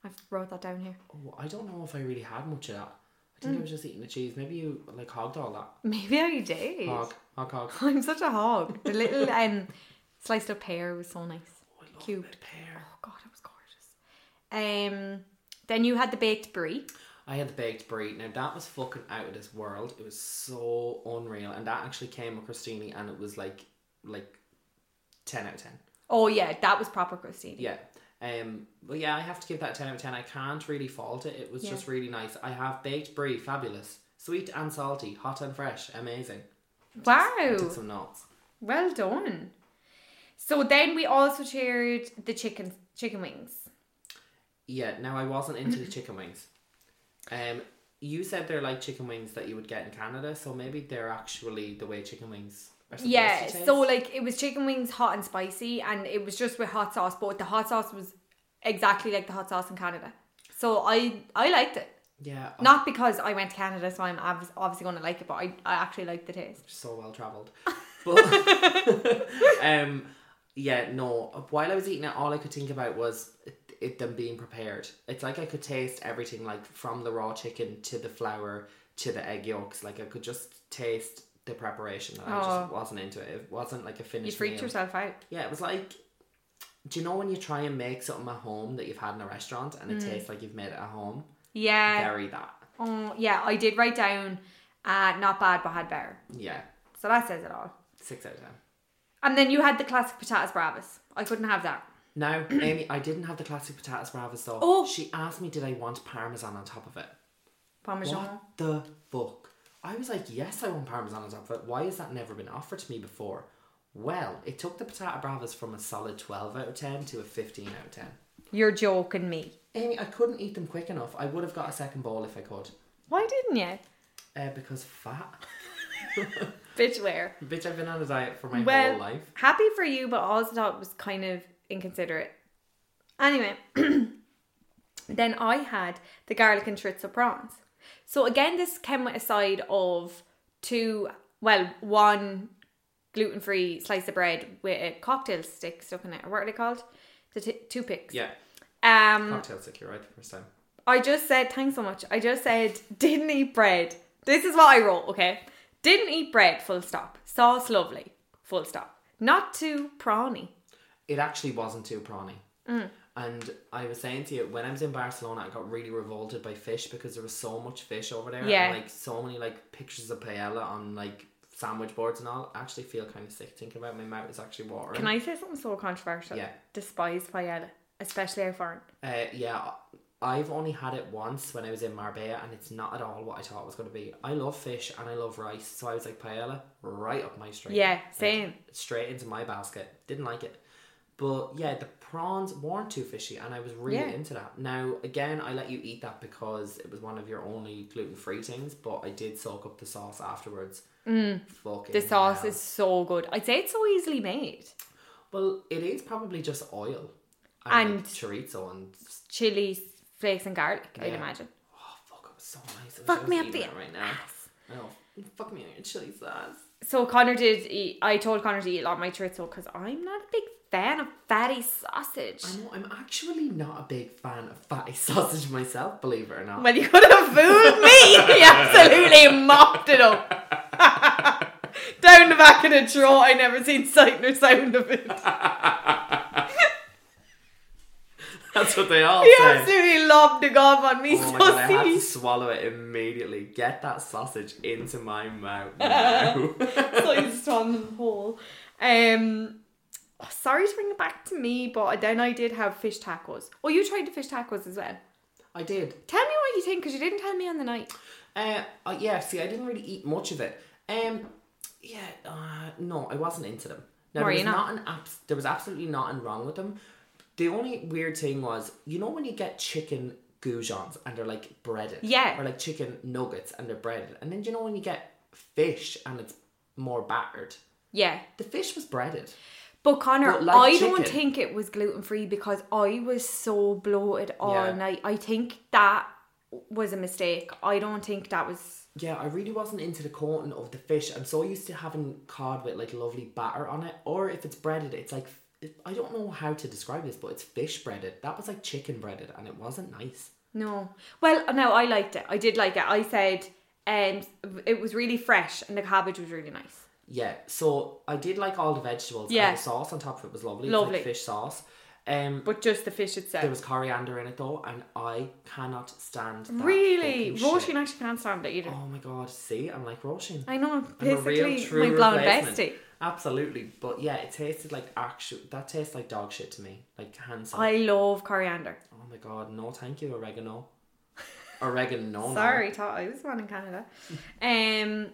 I've wrote that down here. Oh, I don't know if I really had much of that. I think I Mm. was just eating the cheese. Maybe you, like, hogged all that. Maybe I did. Hog, hog, hog. Oh, I'm such a hog. The little um, sliced up pear was so nice. Oh, I love a Cute. bit of pear. Oh God, it was gorgeous. Um, then you had the baked brie. I had the baked brie. Now that was fucking out of this world. It was so unreal, and that actually came with Christini, and it was like, like, ten out of ten. Oh yeah, that was proper Christine. Yeah. Um. But yeah, I have to give that ten out of ten. I can't really fault it. It was Yeah. just really nice. I have baked brie, fabulous, sweet and salty, hot and fresh, amazing. Wow. Took some notes. Well done. So then we also shared the chicken chicken wings. Yeah. Now I wasn't into the chicken wings. Um. You said they're like chicken wings that you would get in Canada, so maybe they're actually the way chicken wings are supposed Yeah, to taste. so like it was chicken wings, hot and spicy, and it was just with hot sauce. But the hot sauce was exactly like the hot sauce in Canada, so I I liked it. yeah, I- Not because I went to Canada, so I'm obvi- obviously going to like it, but I, I actually liked the taste. so well traveled. But um, yeah, no. While I was eating it, all I could think about was it, it them being prepared. It's like I could taste everything, like from the raw chicken to the flour to the egg yolks. Like I could just taste the preparation, and I Oh. just wasn't into it. It wasn't like a You finished freaked meal. yourself out. Yeah, it was like. Do you know when you try and make something at home that you've had in a restaurant and it Mm. tastes like you've made it at home? Yeah. Bury that. Oh, yeah. I did write down, uh, not bad but had better. Yeah, So that says it all. six out of ten. And then you had the classic patatas bravas. I couldn't have that. Now, Amy, I didn't have the classic patatas bravas though. Oh. She asked me, did I want parmesan on top of it? Parmesan. What the fuck? I was like, yes, I want parmesan on top of it. Why has that never been offered to me before? Well, it took the patata bravas from a solid 12 out of 10 to a 15 out of 10. You're joking me. Amy, I couldn't eat them quick enough. I would have got a second bowl if I could. Why didn't you? Uh, because fat. Bitch, where? Bitch, I've been on a diet for my Well, whole life. happy for you, but also thought it was kind of inconsiderate. Anyway, then I had the garlic and chorizo prawns. So again, this came with a side of two, well, one gluten-free slice of bread with a cocktail stick stuck in it. Or what are they called? The t- two picks. Yeah, Um, cocktail stick, you're right the first time. I just said, thanks so much. I just said, didn't eat bread. This is what I wrote, okay? Didn't eat bread, full stop. Sauce lovely, full stop. Not too prawny. it actually wasn't too prawny. And I was saying to you, when I was in Barcelona, I got really revolted by fish because there was so much fish over there. Yeah. And like so many like pictures of paella on like sandwich boards and all. I actually feel kind of sick thinking about it. My mouth is actually watering. Can I say something so controversial? Yeah. Despise paella, especially our foreign. Uh, yeah, I've only had it once when I was in Marbella, and it's not at all what I thought it was going to be. I love fish and I love rice, so I was like paella, right up my street. Yeah, Like, same. straight into my basket. Didn't like it, but yeah, the prawns weren't too fishy, and I was really Yeah. into that. Now again, I let you eat that because it was one of your only gluten free things, but I did soak up the sauce afterwards. Mm. Fucking The sauce hell. is so good. I'd say it's so easily made. well, it is probably just oil And- like, chorizo and Chili flakes and garlic, I'd Yeah. imagine. Oh fuck, I'm so nice. I wish Fuck I was me up eating the that right now. Oh, fuck me on your chili sauce. So Connor did eat, I told Connor to eat a lot of my chorizo because I'm not a big fan of fatty sausage. I know I'm actually not a big fan of fatty sausage myself, believe it or not. Well, you could have fooled me. He absolutely mopped it up. Down the back of the drawer, I never seen sight nor sound of it. That's what they all He say. absolutely lobbed the gob on me, Oh my so god, I had to see. swallow it immediately. Get that sausage into my mouth now. So I just on the whole. Um, oh, sorry to bring it back to me, but then I did have fish tacos. Oh, you tried the fish tacos as well. I did. Tell me what you think, because you didn't tell me on the night. Uh, uh, yeah, see, I didn't really eat much of it. Um, yeah, uh, no, I wasn't into them. Now, Were there you was not? not? an abs- there was absolutely nothing wrong with them. The only weird thing was, you know, when you get chicken goujons and they're like breaded, Yeah. or like chicken nuggets and they're breaded, and then you know when you get fish and it's more battered. Yeah. The fish was breaded. But Connor, But like I don't chicken. think it was gluten free because I was so bloated all Yeah. night. I think that was a mistake. I don't think that was. Yeah, I really wasn't into the coating of the fish. I'm so used to having cod with like lovely batter on it, or if it's breaded, it's like it- I don't know how to describe this, but it's fish breaded. That was like chicken breaded, and it wasn't nice. No. Well, no, I liked it. I did like it. I said um, it was really fresh and the cabbage was really nice. Yeah, so I did like all the vegetables. and Yeah. the sauce on top of it was lovely. It's Lovely. like fish sauce. Um, But just the fish there itself. was coriander in it though, and I cannot stand. That Really? fucking shit. Roisin actually can't stand it either. Oh my god! See, I'm like Roisin. I know, I'm a real basically, true my blonde replacement. bestie. Absolutely, but yeah, it tasted like actual. That tastes like dog shit to me. Like hands. on. I love coriander. Oh my god, no, thank you, oregano. Oregano. no. Sorry, thought I was the one in Canada. Um,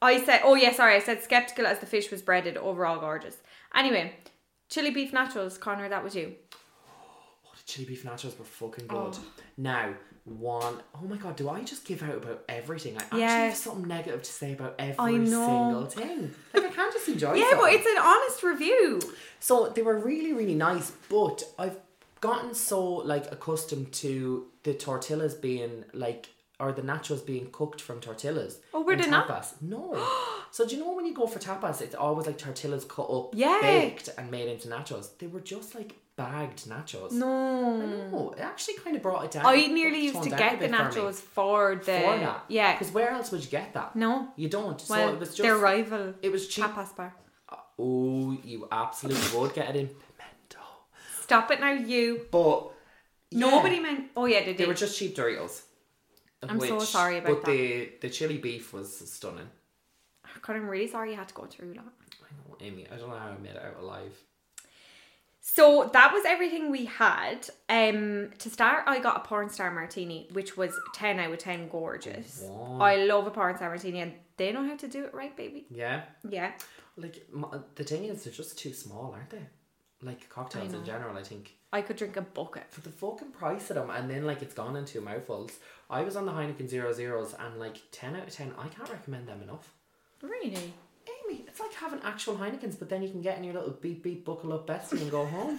I said, oh yeah, sorry, I said skeptical as the fish was breaded. Overall gorgeous. Anyway, chili beef nachos, Connor, that was you. Oh, the chili beef nachos were fucking Oh. good. Now, one. Oh my god, do I just give out about everything? I actually have Yes. something negative to say about every know. single thing. Like, I can't just enjoy Yeah, but something. it's an honest review. So they were really, really nice, but I've gotten so like accustomed to the tortillas being like or the nachos being cooked from tortillas. Oh, were in they not? tapas. No. so do you know when you go for tapas, it's always like tortillas cut up, Yeah. baked and made into nachos. They were just like bagged nachos. No, No, it actually kind of brought it down. I nearly used toned to down a get the bit for me. nachos for the for that. yeah. Because where else would you get that? No, You don't. So well, it was their just rival it was cheap. tapas bar. Oh, you absolutely would get it in pimento. Stop it now, you. But Nobody yeah, meant. Oh yeah, they did. They were just cheap Doritos. I'm so sorry about but that. the the chili beef was stunning. Connor, I'm really sorry you had to go through that. I know, Amy. I don't know how I made it out alive. So that was everything we had. Um, to start, I got a porn star martini, which was ten out of ten, gorgeous. Wow. I love a porn star martini, and they know how to do it right, baby. Yeah, Yeah, like m- the thing is, they're just too small, aren't they? Like cocktails in general, I think I could drink a bucket. for the fucking price of them, and then like it's gone into mouthfuls. I was on the Heineken Zero Zeros, and like ten out of ten, I can't recommend them enough. Really? Amy, it's like having actual Heinekens, but then you can get in your little beep beep buckle up bestie and go home.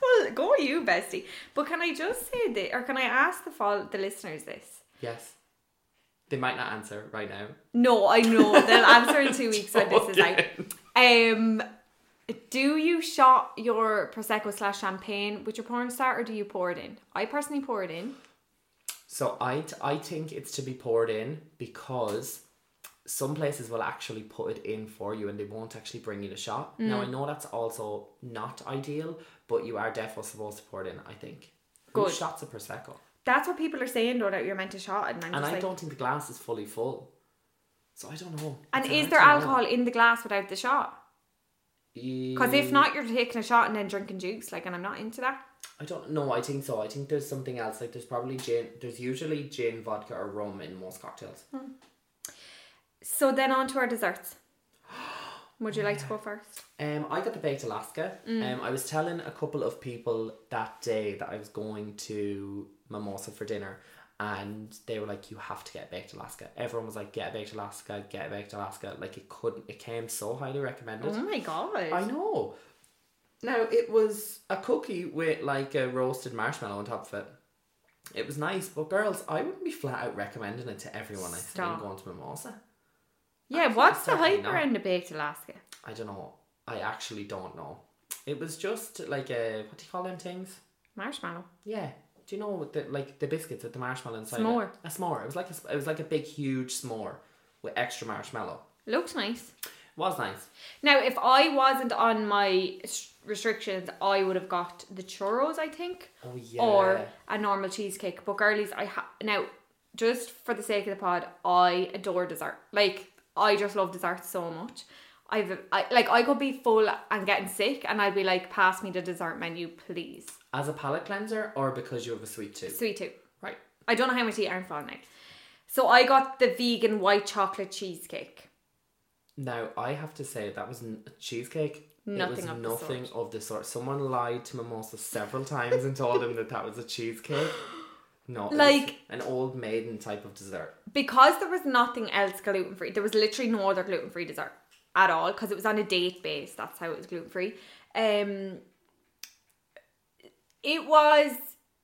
Well, go you, bestie. But can I just say that, or can I ask the fol- the listeners this? yes, they might not answer right now. No, I know they'll answer in two weeks when this is out. Um, do you shot your prosecco slash champagne with your porn star, or do you pour it in? I personally pour it in. So I, t- I think it's to be poured in because some places will actually put it in for you and they won't actually bring you the shot. Now I Mm. know that's also not ideal, but you are definitely supposed to pour it in. I think. Who Good. shots a prosecco, That's what people are saying though that you're meant to shot it, and I'm and just I like, don't think the glass is fully full. So I don't know. and It's is hard there to know. alcohol in the glass without the shot? Because if Mm, not, you're taking a shot and then drinking juice. Like, and I'm not into that. I don't know. I think so. I think there's something else. Like there's probably gin. There's usually gin, vodka, or rum in most cocktails. So then on to our desserts. Would you like to go first? Um, I got the baked Alaska. Mm. Um, I was telling a couple of people that day that I was going to Mimosa for dinner, and they were like, "You have to get baked Alaska." Everyone was like, "Get a baked Alaska, get a baked Alaska." Like it couldn't. It came so highly recommended. Oh my god. I know. Now it was a cookie with like a roasted marshmallow on top of it. It was nice, but girls, I wouldn't be flat out recommending it to everyone. I think Stop. going to Mimosa. yeah, what's the certainly hype not. around the baked Alaska? I don't know. I actually don't know. It was just like a what do you call them things? Marshmallow. Yeah. Do you know what the like the biscuits with the marshmallow inside? it? S'more. A s'more. It was like a, s- it was like a big huge s'more with extra marshmallow. Looks nice. It was nice. Now, if I wasn't on my s- restrictions, I would have got the churros, I think, Oh yeah. or a normal cheesecake. But girlies, I ha- now just for the sake of the pod, I adore dessert. Like I just love dessert so much. I've I, like I could be full and getting sick, and I'd be like, pass me the dessert menu, please. as a palate cleanser or because you have a sweet tooth. Sweet tooth. Right. I don't know how much to eat Iron Fall now. So I got the vegan white chocolate cheesecake. Now I have to say that was n- cheesecake. it was Nothing of the nothing of the sort. Someone lied to Mimosa several times and told him that that was a cheesecake. No, it was Like- an old maiden type of dessert. because there was nothing else gluten free, there was literally no other gluten free dessert at all because it was on a date base. That's how it was gluten free. Um, it was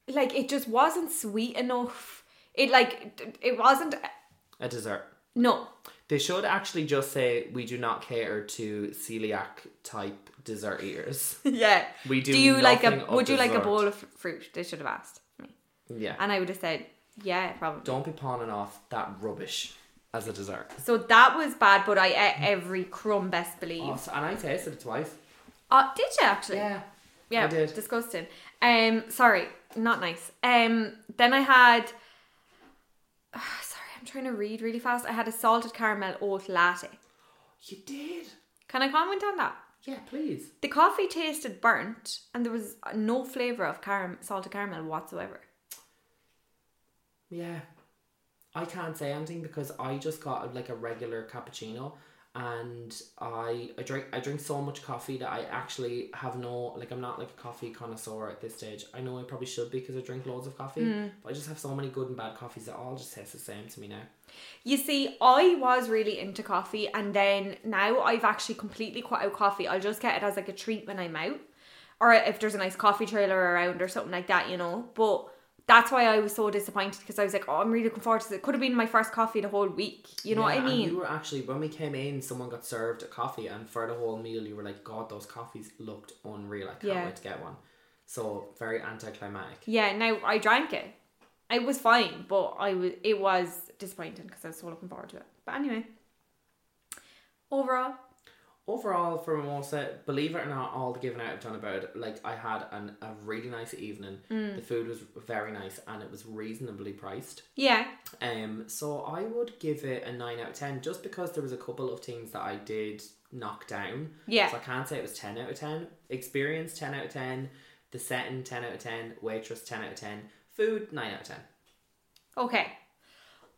like it just wasn't sweet enough. It like it wasn't A dessert. no. They should actually just say we do not cater to celiac type dessert eaters. yeah. We do. Do you like nothing a? of Would you like a dessert. bowl of fruit? They should have asked me, Yeah. and I would have said yeah, probably. Don't be pawning off that rubbish as a dessert. So that was bad, but I ate every crumb. Best believe. Also- and I tasted it twice. Uh, did you actually? Yeah. Yeah, I did. disgusting. Um, sorry, not nice. Um, then I had. sorry, I'm trying to read really fast. I had a salted caramel oat latte. You did. Can I comment on that? Yeah, please. The coffee tasted burnt, and there was no flavor of caram- salted caramel whatsoever. Yeah. I can't say anything because I just got like a regular cappuccino and I I drink I drink so much coffee that I actually have no like I'm not like a coffee connoisseur at this stage. I know I probably should be because I drink loads of coffee, Mm. but I just have so many good and bad coffees that all just taste the same to me now. You see, I was really into coffee, and then now I've actually completely quit out coffee. I'll just get it as like a treat when I'm out, or if there's a nice coffee trailer around or something like that, you know. But that's why I was so disappointed because I was like, oh, I'm really looking forward to this. It could have been my first coffee the whole week. You know what Yeah, I mean? And you were actually when we came in, someone got served a coffee, and for the whole meal, you were like, "God, those coffees looked unreal. I can't Yeah. wait to get one." So very anticlimactic. yeah. Now I drank it. It was fine, but I was it was disappointing because I was so looking forward to it. But anyway, overall, Overall, for mimosa, believe it or not, all the giving out I've done about it, like I had an, a really nice evening. The food was very nice, and it was reasonably priced. yeah, Um, so I would give it a nine out of ten, just because there was a couple of things that I did knock down. Yeah. So I can't say it was ten out of ten. Experience ten out of ten. The setting ten out of ten. Waitress ten out of ten. Food nine out of ten. Okay.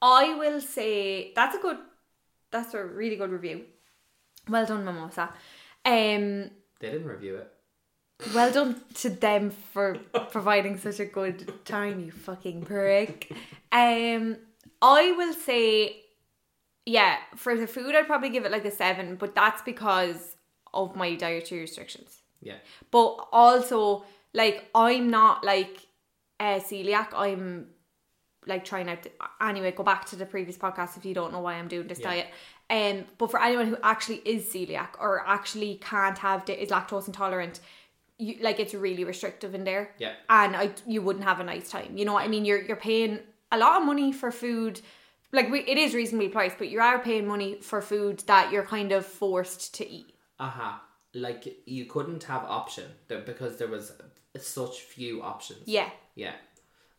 I will say that's a good that's a really good review. Well done, Mimosa. Um They didn't review it. well done to them for providing such a good time, you fucking prick. Um I will say yeah, for the food I'd probably give it like a seven, but that's because of my dietary restrictions Yeah. but also like I'm not like uh, celiac. I'm like trying out. anyway, go back to the previous podcast if you don't know why I'm doing this Yeah. diet. Um, but for anyone who actually is celiac or actually can't have di- is lactose intolerant, you like it's really restrictive in there. Yeah. and I you wouldn't have a nice time. You know what I mean? You're you're paying a lot of money for food. Like we, it is reasonably priced, but you are paying money for food that you're kind of forced to eat. Aha. Uh-huh. Like you couldn't have option there because there was such few options. Yeah, Yeah.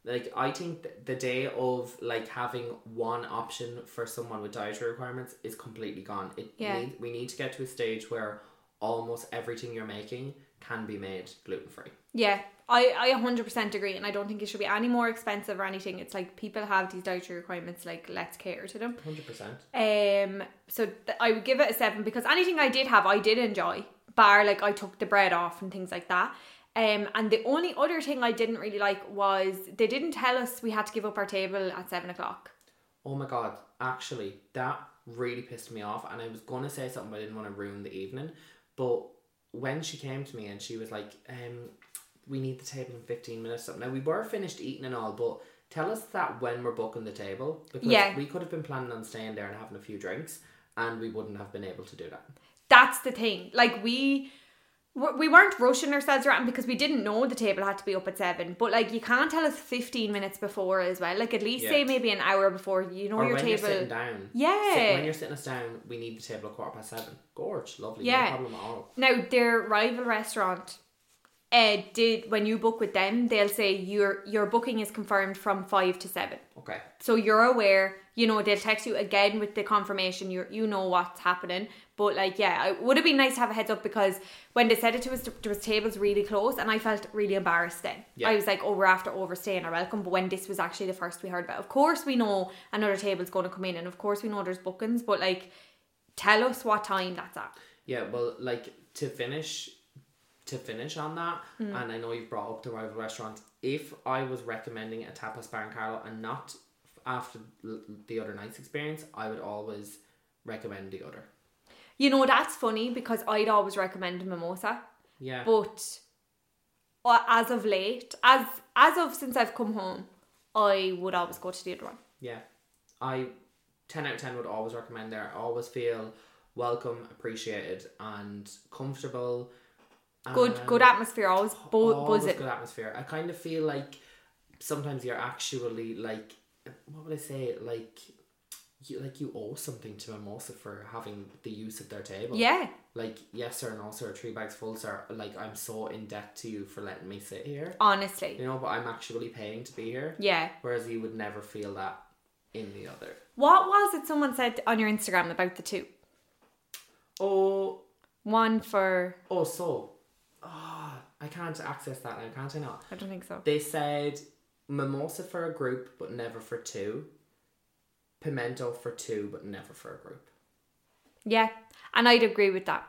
Like I think th- the day of like having one option for someone with dietary requirements is completely gone. It Yeah. need, we need to get to a stage where almost everything you're making can be made gluten free. Yeah, I, I 100% agree, and I don't think it should be any more expensive or anything. It's like people have these dietary requirements, like, let's cater to them. Hundred percent. Um, so th- I would give it a seven because anything I did have, I did enjoy. Bar like I took the bread off and things like that. Um, and the only other thing I didn't really like was they didn't tell us we had to give up our table at seven o'clock. Oh my god, actually, that really pissed me off, and I was gonna say something, but I didn't want to ruin the evening. But when she came to me and she was like, um, "We need the table in fifteen minutes." Something. Now we were finished eating and all, but tell us that when we're booking the table because Yeah. we could have been planning on staying there and having a few drinks, and we wouldn't have been able to do that. That's the thing. Like we w- we weren't rushing ourselves around because we didn't know the table had to be up at seven. But like you can't tell us fifteen minutes before as well. Like at least Yeah. say maybe an hour before you know Or your when you're table. sitting down. Yeah. Sit- when you're sitting us down, we need the table at quarter past seven. Gorge, lovely. Yeah. No problem at all. Now their rival restaurant, uh, did when you book with them, they'll say your your booking is confirmed from five to seven. Okay. So you're aware, you know, they'll text you again with the confirmation. You you know what's happening, but like yeah, it would have been nice to have a heads up because when they said it to us, there was tables really close, and I felt really embarrassed. Then Yeah. I was like, oh, we're after overstaying our welcome. But when this was actually the first we heard about, of course we know another table's going to come in, and of course we know there's bookings, but like, tell us what time that's at. Yeah, well, like to finish, to finish on that, Mm. and I know you've brought up the rival restaurant. If I was recommending a tapas bar in Carlo and not f- after l- the other night's experience, I would always recommend the other. You know, that's funny because I'd always recommend mimosa, Yeah, but uh, as of late, as as of since I've come home, I would always go to the other one. yeah. I ten out of ten would always recommend there. I always feel welcome, appreciated, and comfortable. Good, and- good atmosphere, always bu- Ah. always buzzing. good atmosphere. I kind of feel like sometimes you're actually like, what would I say? Like, you like you owe something to Mimosa for having the use of their table. Yeah, Like yes sir, and also three bags full sir. Like I'm so in debt to you for letting me sit here. honestly, You know, but I'm actually paying to be here. yeah. Whereas you would never feel that in the other. What was it someone said on your Instagram about the two? Oh, One for oh, so, ah, I can't access that now, can't I not? I don't think so. They said mimosa for a group, but never for two. Pimento for two, but never for a group. Yeah, and I'd agree with that.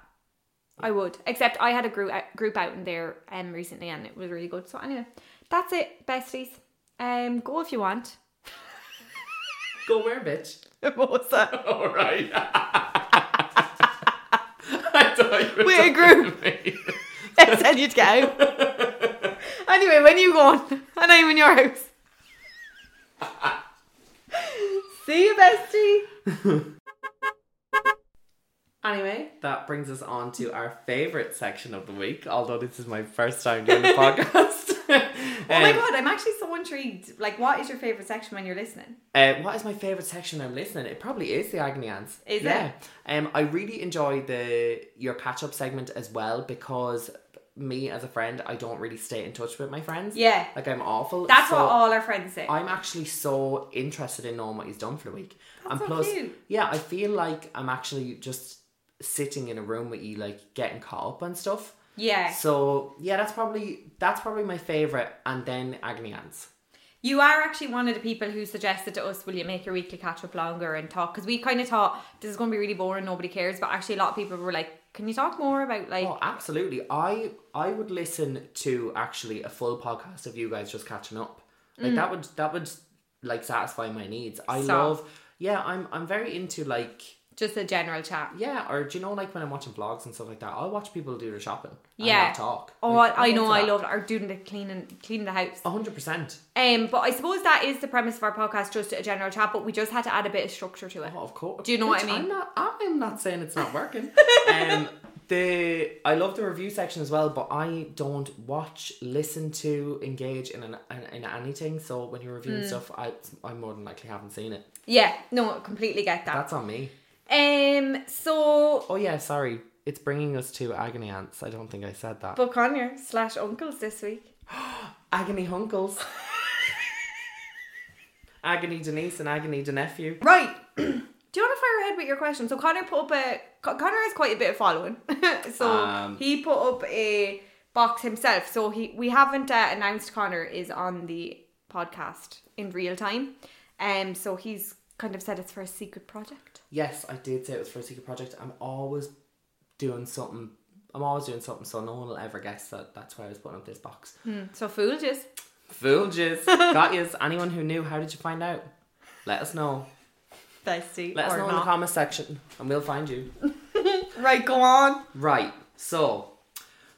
I would, except I had a group group out in there um recently, and it was really good. So anyway, that's it, besties. Um, go if you want. Go where, bitch? Mimosa. All right. I thought you were We're a group. talking to me. I said you'd go. anyway, when you go on, and I'm in your house. See you, bestie. anyway, That brings us on to our favourite section of the week, although this is my first time doing the podcast. oh my god, I'm actually so intrigued. Like, what is your favorite section when you're listening? Uh, what is my favourite section when I'm listening? It probably is the agony ants. Is it? Um, I really enjoy the your catch up segment as well because me as a friend, I don't really stay in touch with my friends. Yeah, Like I'm awful. that's so what all our friends say. I'm actually so interested in knowing what he's done for the week. That's so cute. yeah, I feel like I'm actually just sitting in a room with you, like getting caught up on stuff. yeah, So yeah, that's probably that's probably my favourite, and then agony ants. you are actually one of the people who suggested to us, "Will you make your weekly catch up longer and talk?" Because we kind of thought this is going to be really boring, nobody cares. But actually, a lot of people were like, "Can you talk more about like?" Oh, absolutely. I I would listen to actually a full podcast of you guys just catching up. Like that would that would like satisfy my needs. I Mm. Stop. love yeah, I'm I'm very into like just a general chat. yeah, or do you know like when I'm watching vlogs and stuff like that, I'll watch people do their shopping. and Yeah. not talk. Oh, Like, I, I I'm know, into I that. love our doing the cleaning, cleaning the house. A hundred percent. Um, but I suppose that is the premise of our podcast, just a general chat. But we just had to add a bit of structure to it. Oh, of course. Do you know what I Bitch, mean? I'm not. I'm not saying it's not working. um, the I love the review section as well, but I don't watch, listen to, engage in an, in, in anything. So when you're Hmm. reviewing stuff, I I more than likely haven't seen it. Yeah, no, completely get that. That's on me. Um, so Oh yeah, sorry. It's bringing us to agony ants. I don't think I said that. book on your slash uncles this week. agony hunkles. agony Denise and agony nephew. Right. Do you want to fire ahead with your question? So Connor put up a Con- Connor has quite a bit of following. so Um, he put up a box himself. So he we haven't uh, announced Connor is on the podcast in real time, um. So he's kind of said it's for a secret project. Yes, I did say it was for a secret project. I'm always doing something. I'm always doing something, so no one will ever guess that that's why I was putting up this box. So fooled yous. Fooled yous. Got yous. Anyone who knew, how did you find out? Let us know. Dicey Let us or know in the not. comment section and we'll find you. Right, go on. Right, so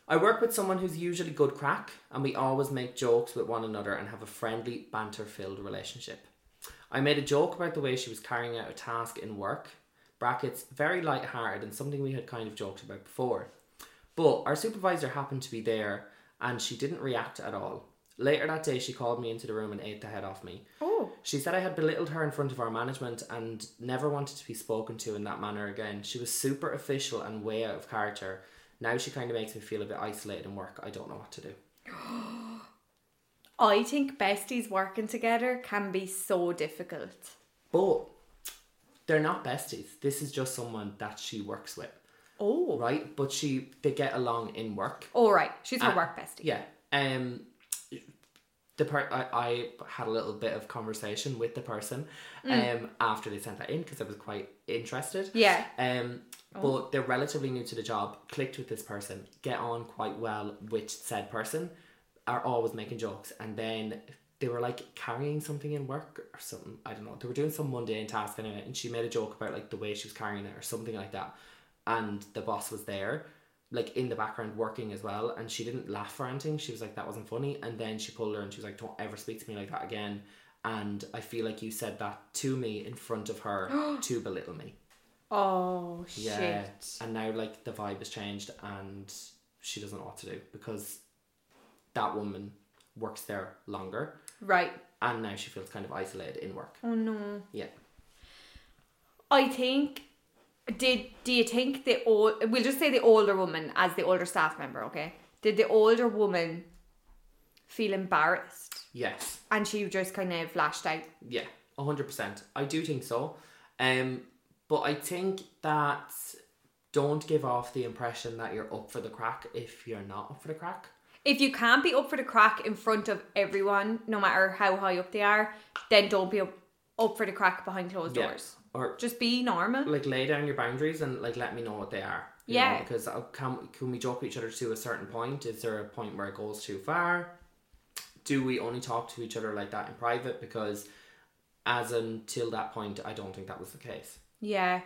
I work with someone who's usually good crack and we always make jokes with one another and have a friendly, banter filled relationship. I made a joke about the way she was carrying out a task in work, brackets, very light-hearted and something we had kind of joked about before. But our supervisor happened to be there and she didn't react at all. Later that day, she called me into the room and ate the head off me. Oh. She said I had belittled her in front of our management and never wanted to be spoken to in that manner again. She was super official and way out of character. Now she kind of makes me feel a bit isolated in work. I don't know what to do. I think besties working together can be so difficult. But they're not besties. This is just someone that she works with, Oh. right? But she they get along in work. All right. She's her Uh, work bestie. Yeah. Um the per- I, I had a little bit of conversation with the person um after they sent that in because I was quite interested. Yeah. Um but they're relatively new to the job, clicked with this person, get on quite well with said person, are always making jokes and then they were like carrying something in work or something. I don't know. They were doing some mundane task anyway, and she made a joke about like the way she was carrying it or something like that. And the boss was there, like in the background working as well, and she didn't laugh or anything. She was like, "That wasn't funny." And then she pulled her and she was like, "Don't ever speak to me like that again." And I feel like you said that to me in front of her to belittle me. Oh Yeah. shit. And now like the vibe has changed and she doesn't know what to do because that woman works there longer Right. and now she feels kind of isolated in work. Oh no. Yeah. I think did do you think the old we'll just say the older woman as the older staff member, okay? Did the older woman feel embarrassed Yes. and she just kind of lashed out? Yeah. hundred percent. I do think so. Um but I think that don't give off the impression that you're up for the crack if you're not up for the crack. If you can't be up for the crack in front of everyone, no matter how high up they are, then don't be up, up for the crack behind closed Yeah. doors. Or Just be normal. like lay down your boundaries and like let me know what they are. you Yeah. know, because uh, can can we joke with each other to a certain point? Is there a point where it goes too far? Do we only talk to each other like that in private? Because as until that point, I don't think that was the case. Yeah.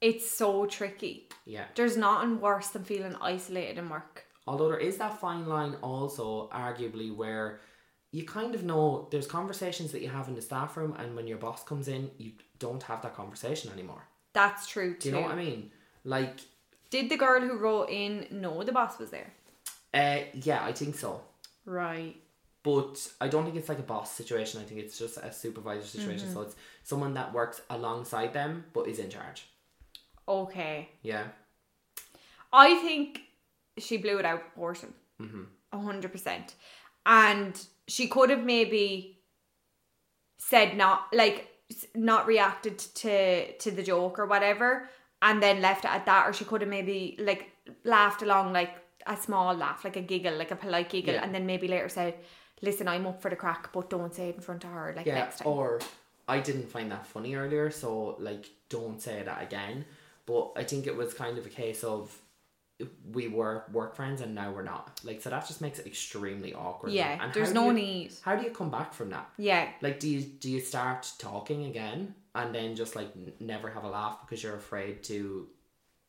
It's so tricky. Yeah. There's nothing worse than feeling isolated in work. Although there is that fine line also, arguably, where you kind of know there's conversations that you have in the staff room, and when your boss comes in, you don't have that conversation anymore. That's true Do too. you know what I mean? Like, Did the girl who wrote in know the boss was there? uh, yeah, I think so. Right. but I don't think it's like a boss situation. I think it's just a supervisor Mm-hmm. situation. So it's someone that works alongside them but is in charge. Okay. Yeah. I think she blew it out proportion. Mm-hmm. A hundred percent. And she could have maybe said not like s- not reacted to to the joke or whatever, and then left it at that. Or she could have maybe like laughed along like a small laugh, like a giggle, like a polite giggle, Yeah. and then maybe later said, "Listen, I'm up for the crack, but don't say it in front of her like Yeah. next time." Or I didn't find that funny earlier, so like don't say that again. But I think it was kind of a case of we were work friends and now we're not. Like so that just makes it extremely awkward. yeah, And there's how no do you- need. How do you come back from that? Yeah, Like do you do you start talking again and then just like n- never have a laugh because you're afraid to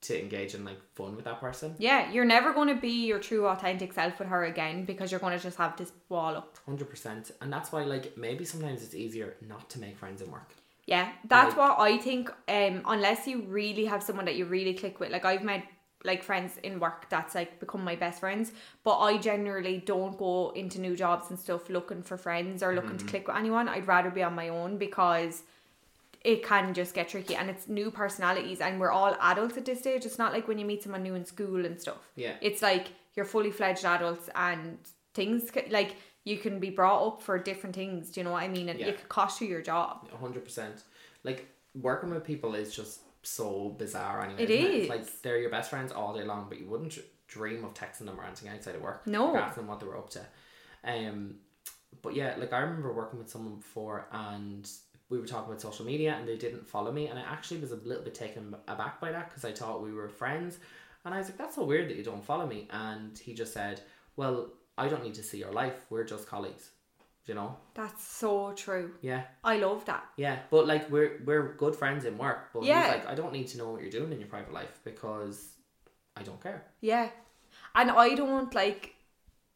to engage in like fun with that person? Yeah, you're never going to be your true authentic self with her again because you're going to just have this wall up. Hundred percent, and that's why like maybe sometimes it's easier not to make friends in work. Yeah, that's what I think. Um, unless you really have someone that you really click with, like I've met like friends in work that's like become my best friends, but I generally don't go into new jobs and stuff looking for friends or looking to Mm-hmm. click with anyone. I'd rather be on my own because it can just get tricky and it's new personalities and we're all adults at this stage. It's not like when you meet someone new in school and stuff. Yeah. It's like you're fully fledged adults and things c- like you can be brought up for different things. Do you know what I mean? And Yeah. it could cost you your job. hundred percent, like working with people is just so bizarre anyway. It isn't is. It's like they're your best friends all day long, but you wouldn't dr- dream of texting them or anything outside of work. No. Or asking them what they were up to. Um but yeah, like I remember working with someone before and we were talking about social media and they didn't follow me and I actually was a little bit taken aback by that because I thought we were friends and I was like, That's so weird that you don't follow me and he just said, Well, I don't need to see your life, we're just colleagues. You know? That's so true. Yeah. I love that. Yeah, but like we're we're good friends in work, but he's Yeah. like I don't need to know what you're doing in your private life because I don't care. Yeah. And I don't like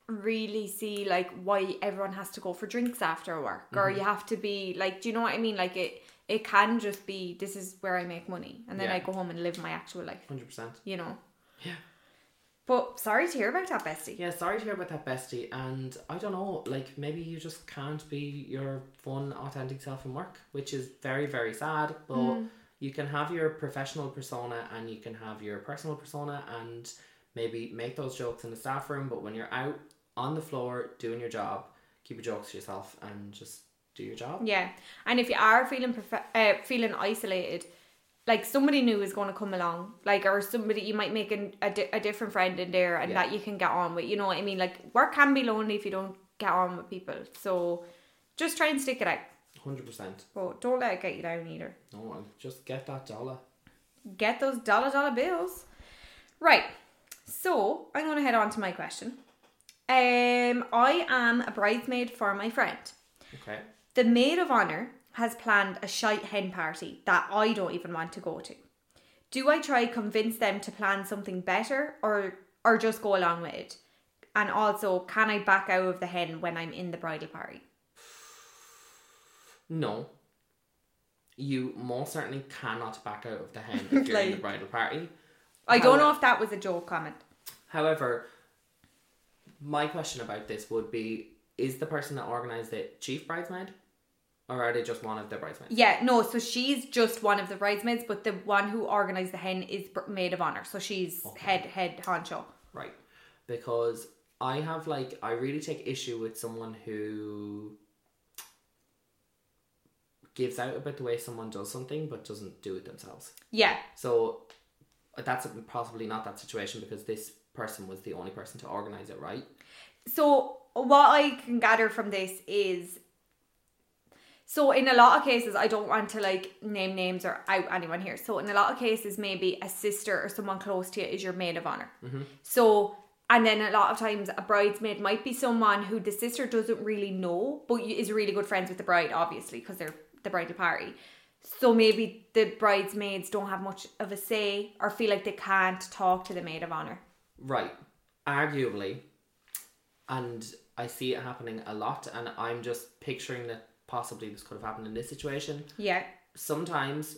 really see like why everyone has to go for drinks after work Mm-hmm. or you have to be like do you know what I mean? Like it it can just be this is where I make money and then Yeah. I go home and live my actual life, Hundred percent. you know. Yeah. But sorry to hear about that, Bestie. Yeah, sorry to hear about that, bestie. And I don't know, like maybe you just can't be your fun, authentic self in work, which is very, very sad. But you can have your professional persona and you can have your personal persona and maybe make those jokes in the staff room. But when you're out on the floor doing your job, keep your jokes to yourself and just do your job. Yeah. And if you are feeling prof- uh, feeling isolated, like somebody new is going to come along, like or somebody you might make an, a, di- a different friend in there and Yeah. that you can get on with. You know what I mean? Like work can be lonely if you don't get on with people. So just try and stick it out, Hundred percent. but don't let it get you down either. No, I'll just get that dollar. Get those dollar dollar bills. Right. So I'm going to head on to my question. Um, I am a bridesmaid for my friend. Okay. The maid of honour has planned a shite hen party that I don't even want to go to. Do I try convince them to plan something better or or just go along with it? And also, can I back out of the hen when I'm in the bridal party? No. You most certainly cannot back out of the hen if you're in the Like- bridal party. I don't How- know if that was a joke comment. However, my question about this would be is the person that organised it chief bridesmaid? Or are they just one of the bridesmaids? Yeah, no, so she's just one of the bridesmaids, but the one who organised the hen is br- maid of honour. So she's head head honcho. Right. Because I have like I really take issue with someone who gives out about the way someone does something but doesn't do it themselves. Yeah, So that's possibly not that situation because this person was the only person to organize it, right? So what I can gather from this is so in a lot of cases I don't want to like name names or out anyone here. So in a lot of cases maybe a sister or someone close to you is your maid of honor. So and then a lot of times a bridesmaid might be someone who the sister doesn't really know but is really good friends with the bride obviously because they're the bridal party. So maybe the bridesmaids don't have much of a say or feel like they can't talk to the maid of honor. Right. Arguably. And I see it happening a lot, and I'm just picturing that possibly this could have happened in this situation. Yeah. Sometimes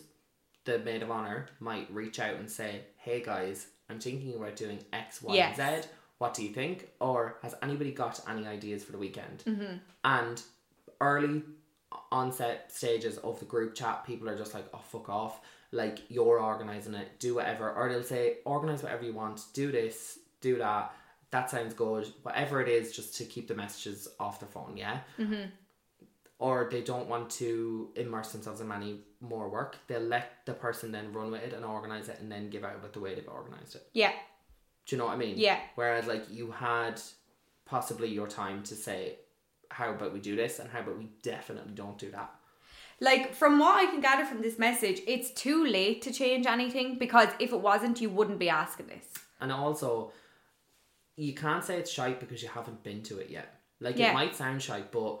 the maid of honor might reach out and say, Hey guys, I'm thinking about doing X, Y, and Yes. Z. What do you think? Or has anybody got any ideas for the weekend? And early onset stages of the group chat, people are just like, oh, fuck off. Like, you're organizing it, do whatever. Or they'll say, organize whatever you want, do this, do that. That sounds good. Whatever it is, just to keep the messages off the phone, yeah? Or they don't want to immerse themselves in any more work. They'll let the person then run with it and organize it and then give out about the way they've organized it. Yeah. Do you know what I mean? Yeah. Whereas, like, you had possibly your time to say, how about we do this and how about we definitely don't do that. Like from what I can gather from this message, it's too late to change anything because if it wasn't, you wouldn't be asking this. And also, you can't say it's shite because you haven't been to it yet. Like, Yeah. it might sound shite, but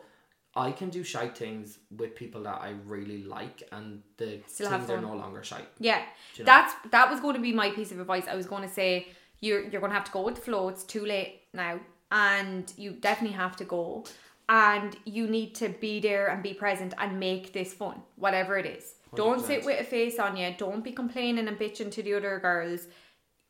I can do shite things with people that I really like, and the Still have things are fun. no longer shite. Yeah, you know? that's that was going to be my piece of advice. I was going to say you're you're going to have to go with the flow. It's too late now, and you definitely have to go, and you need to be there and be present and make this fun, whatever it is. Don't sit 100%. with a face on you. Don't be complaining and bitching to the other girls.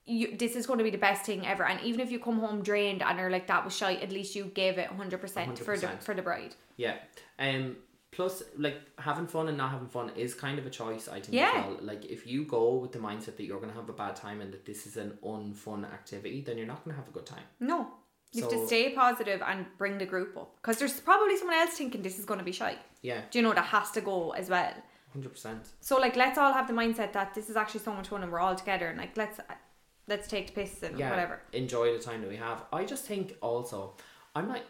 You, this is going to be the best thing ever. And even if you come home drained and are like that was shite, at least you gave it hundred percent for the 100%. for the bride. Yeah. Um. Plus, like having fun and not having fun is kind of a choice, I think. Yeah. As well. Like if you go with the mindset that you're gonna have a bad time and that this is an unfun activity, then you're not gonna have a good time. No. You have to So- stay positive and bring the group up. Because there's probably someone else thinking this is going to be shite. Yeah. Do you know that has to go as well? hundred percent. So like, let's all have the mindset that this is actually so much fun and we're all together and like let's let's take the piss and Yeah, whatever. Enjoy the time that we have. I just think also, I'm like,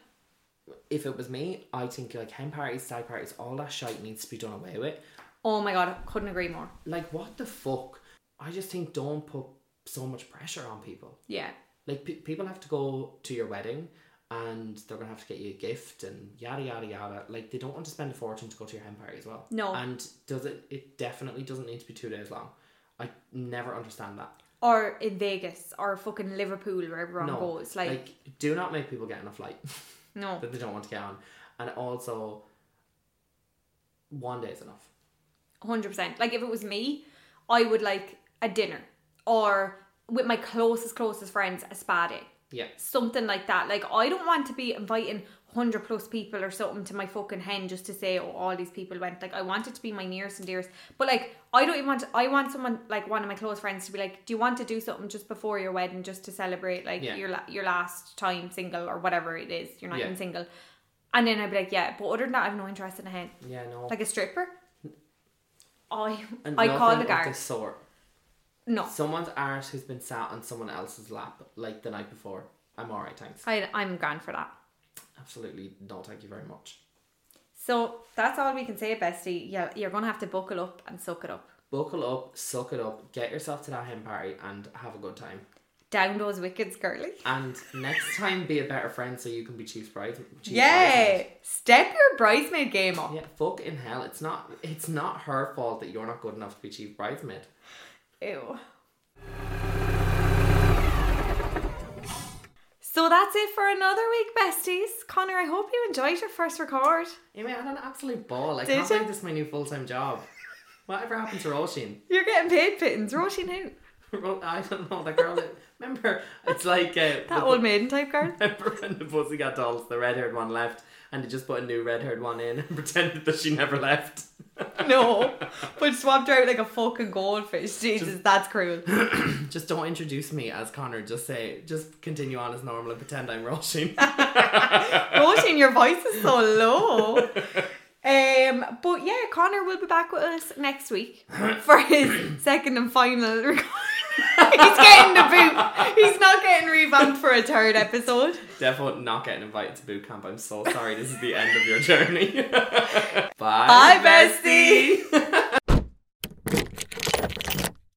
if it was me, I think like hen parties, stag parties, all that shite needs to be done away with. Oh my god, I couldn't agree more. Like, what the fuck? I just think don't put so much pressure on people. Yeah, Like, pe- people have to go to your wedding and they're gonna have to get you a gift and yada yada yada. Like, they don't want to spend a fortune to go to your hen party as well. No. And does it? It definitely doesn't need to be two days long. I never understand that. or in Vegas or fucking Liverpool where everyone No, goes. Like, like, do not make people get on a flight. no, that they don't want to get on. And also, one day is enough. hundred percent. Like if it was me, I would like a dinner or with my closest closest friends a spa day. Yeah. something like that. Like I don't want to be inviting hundred plus people or something to my fucking hen just to say, oh, all these people went. Like I want it to be my nearest and dearest. But like I don't even want. I want someone like one of my close friends to be like, do you want to do something just before your wedding, just to celebrate like Yeah. your la- your last time single or whatever it is. You're not Yeah. even single. And then I'd be like, yeah, but other than that, I have no interest in a hen. Yeah, no. Like a stripper. I And I call nothing the of guard. the sort. No, Someone's arse who's been sat on someone else's lap like the night before. I'm alright, thanks. I I'm grand for that. Absolutely no, thank you very much. So that's all we can say, bestie. Yeah, you're gonna have to buckle up and suck it up. Buckle up, suck it up, get yourself to that hen party, and have a good time. down those wickets, girly. And next time, be a better friend so you can be chief bride. Chief bridesmaid. Yay! Step your bridesmaid game up. Yeah, fuck in hell. It's not. It's not her fault that you're not good enough to be chief bridesmaid. Ew. So that's it for another week, besties. Connor, I hope you enjoyed your first record. Yeah, mate, I had an absolute ball. I Did can't you? believe this is my new full time job. Whatever happened to Roisin? You're getting paid pittance, roasting who? Ro- I don't know. That girl. that- remember, it's like uh, That the- old maiden type girl. Remember when the pussy got dolls? The red haired one left, and they just put a new red haired one in and pretended that she never left. No, but swapped her out like a fucking goldfish. Jesus, that's cruel. Just don't introduce me as Connor. Just say, just continue on as normal and pretend I'm Roisin. Roisin, your voice is so low. Um, but yeah, Connor will be back with us next week for his second and final record. He's getting the boot. He's not getting revamped for a third episode. Definitely not getting invited to boot camp. I'm so sorry. This is the end of your journey. Bye, Bye, besties.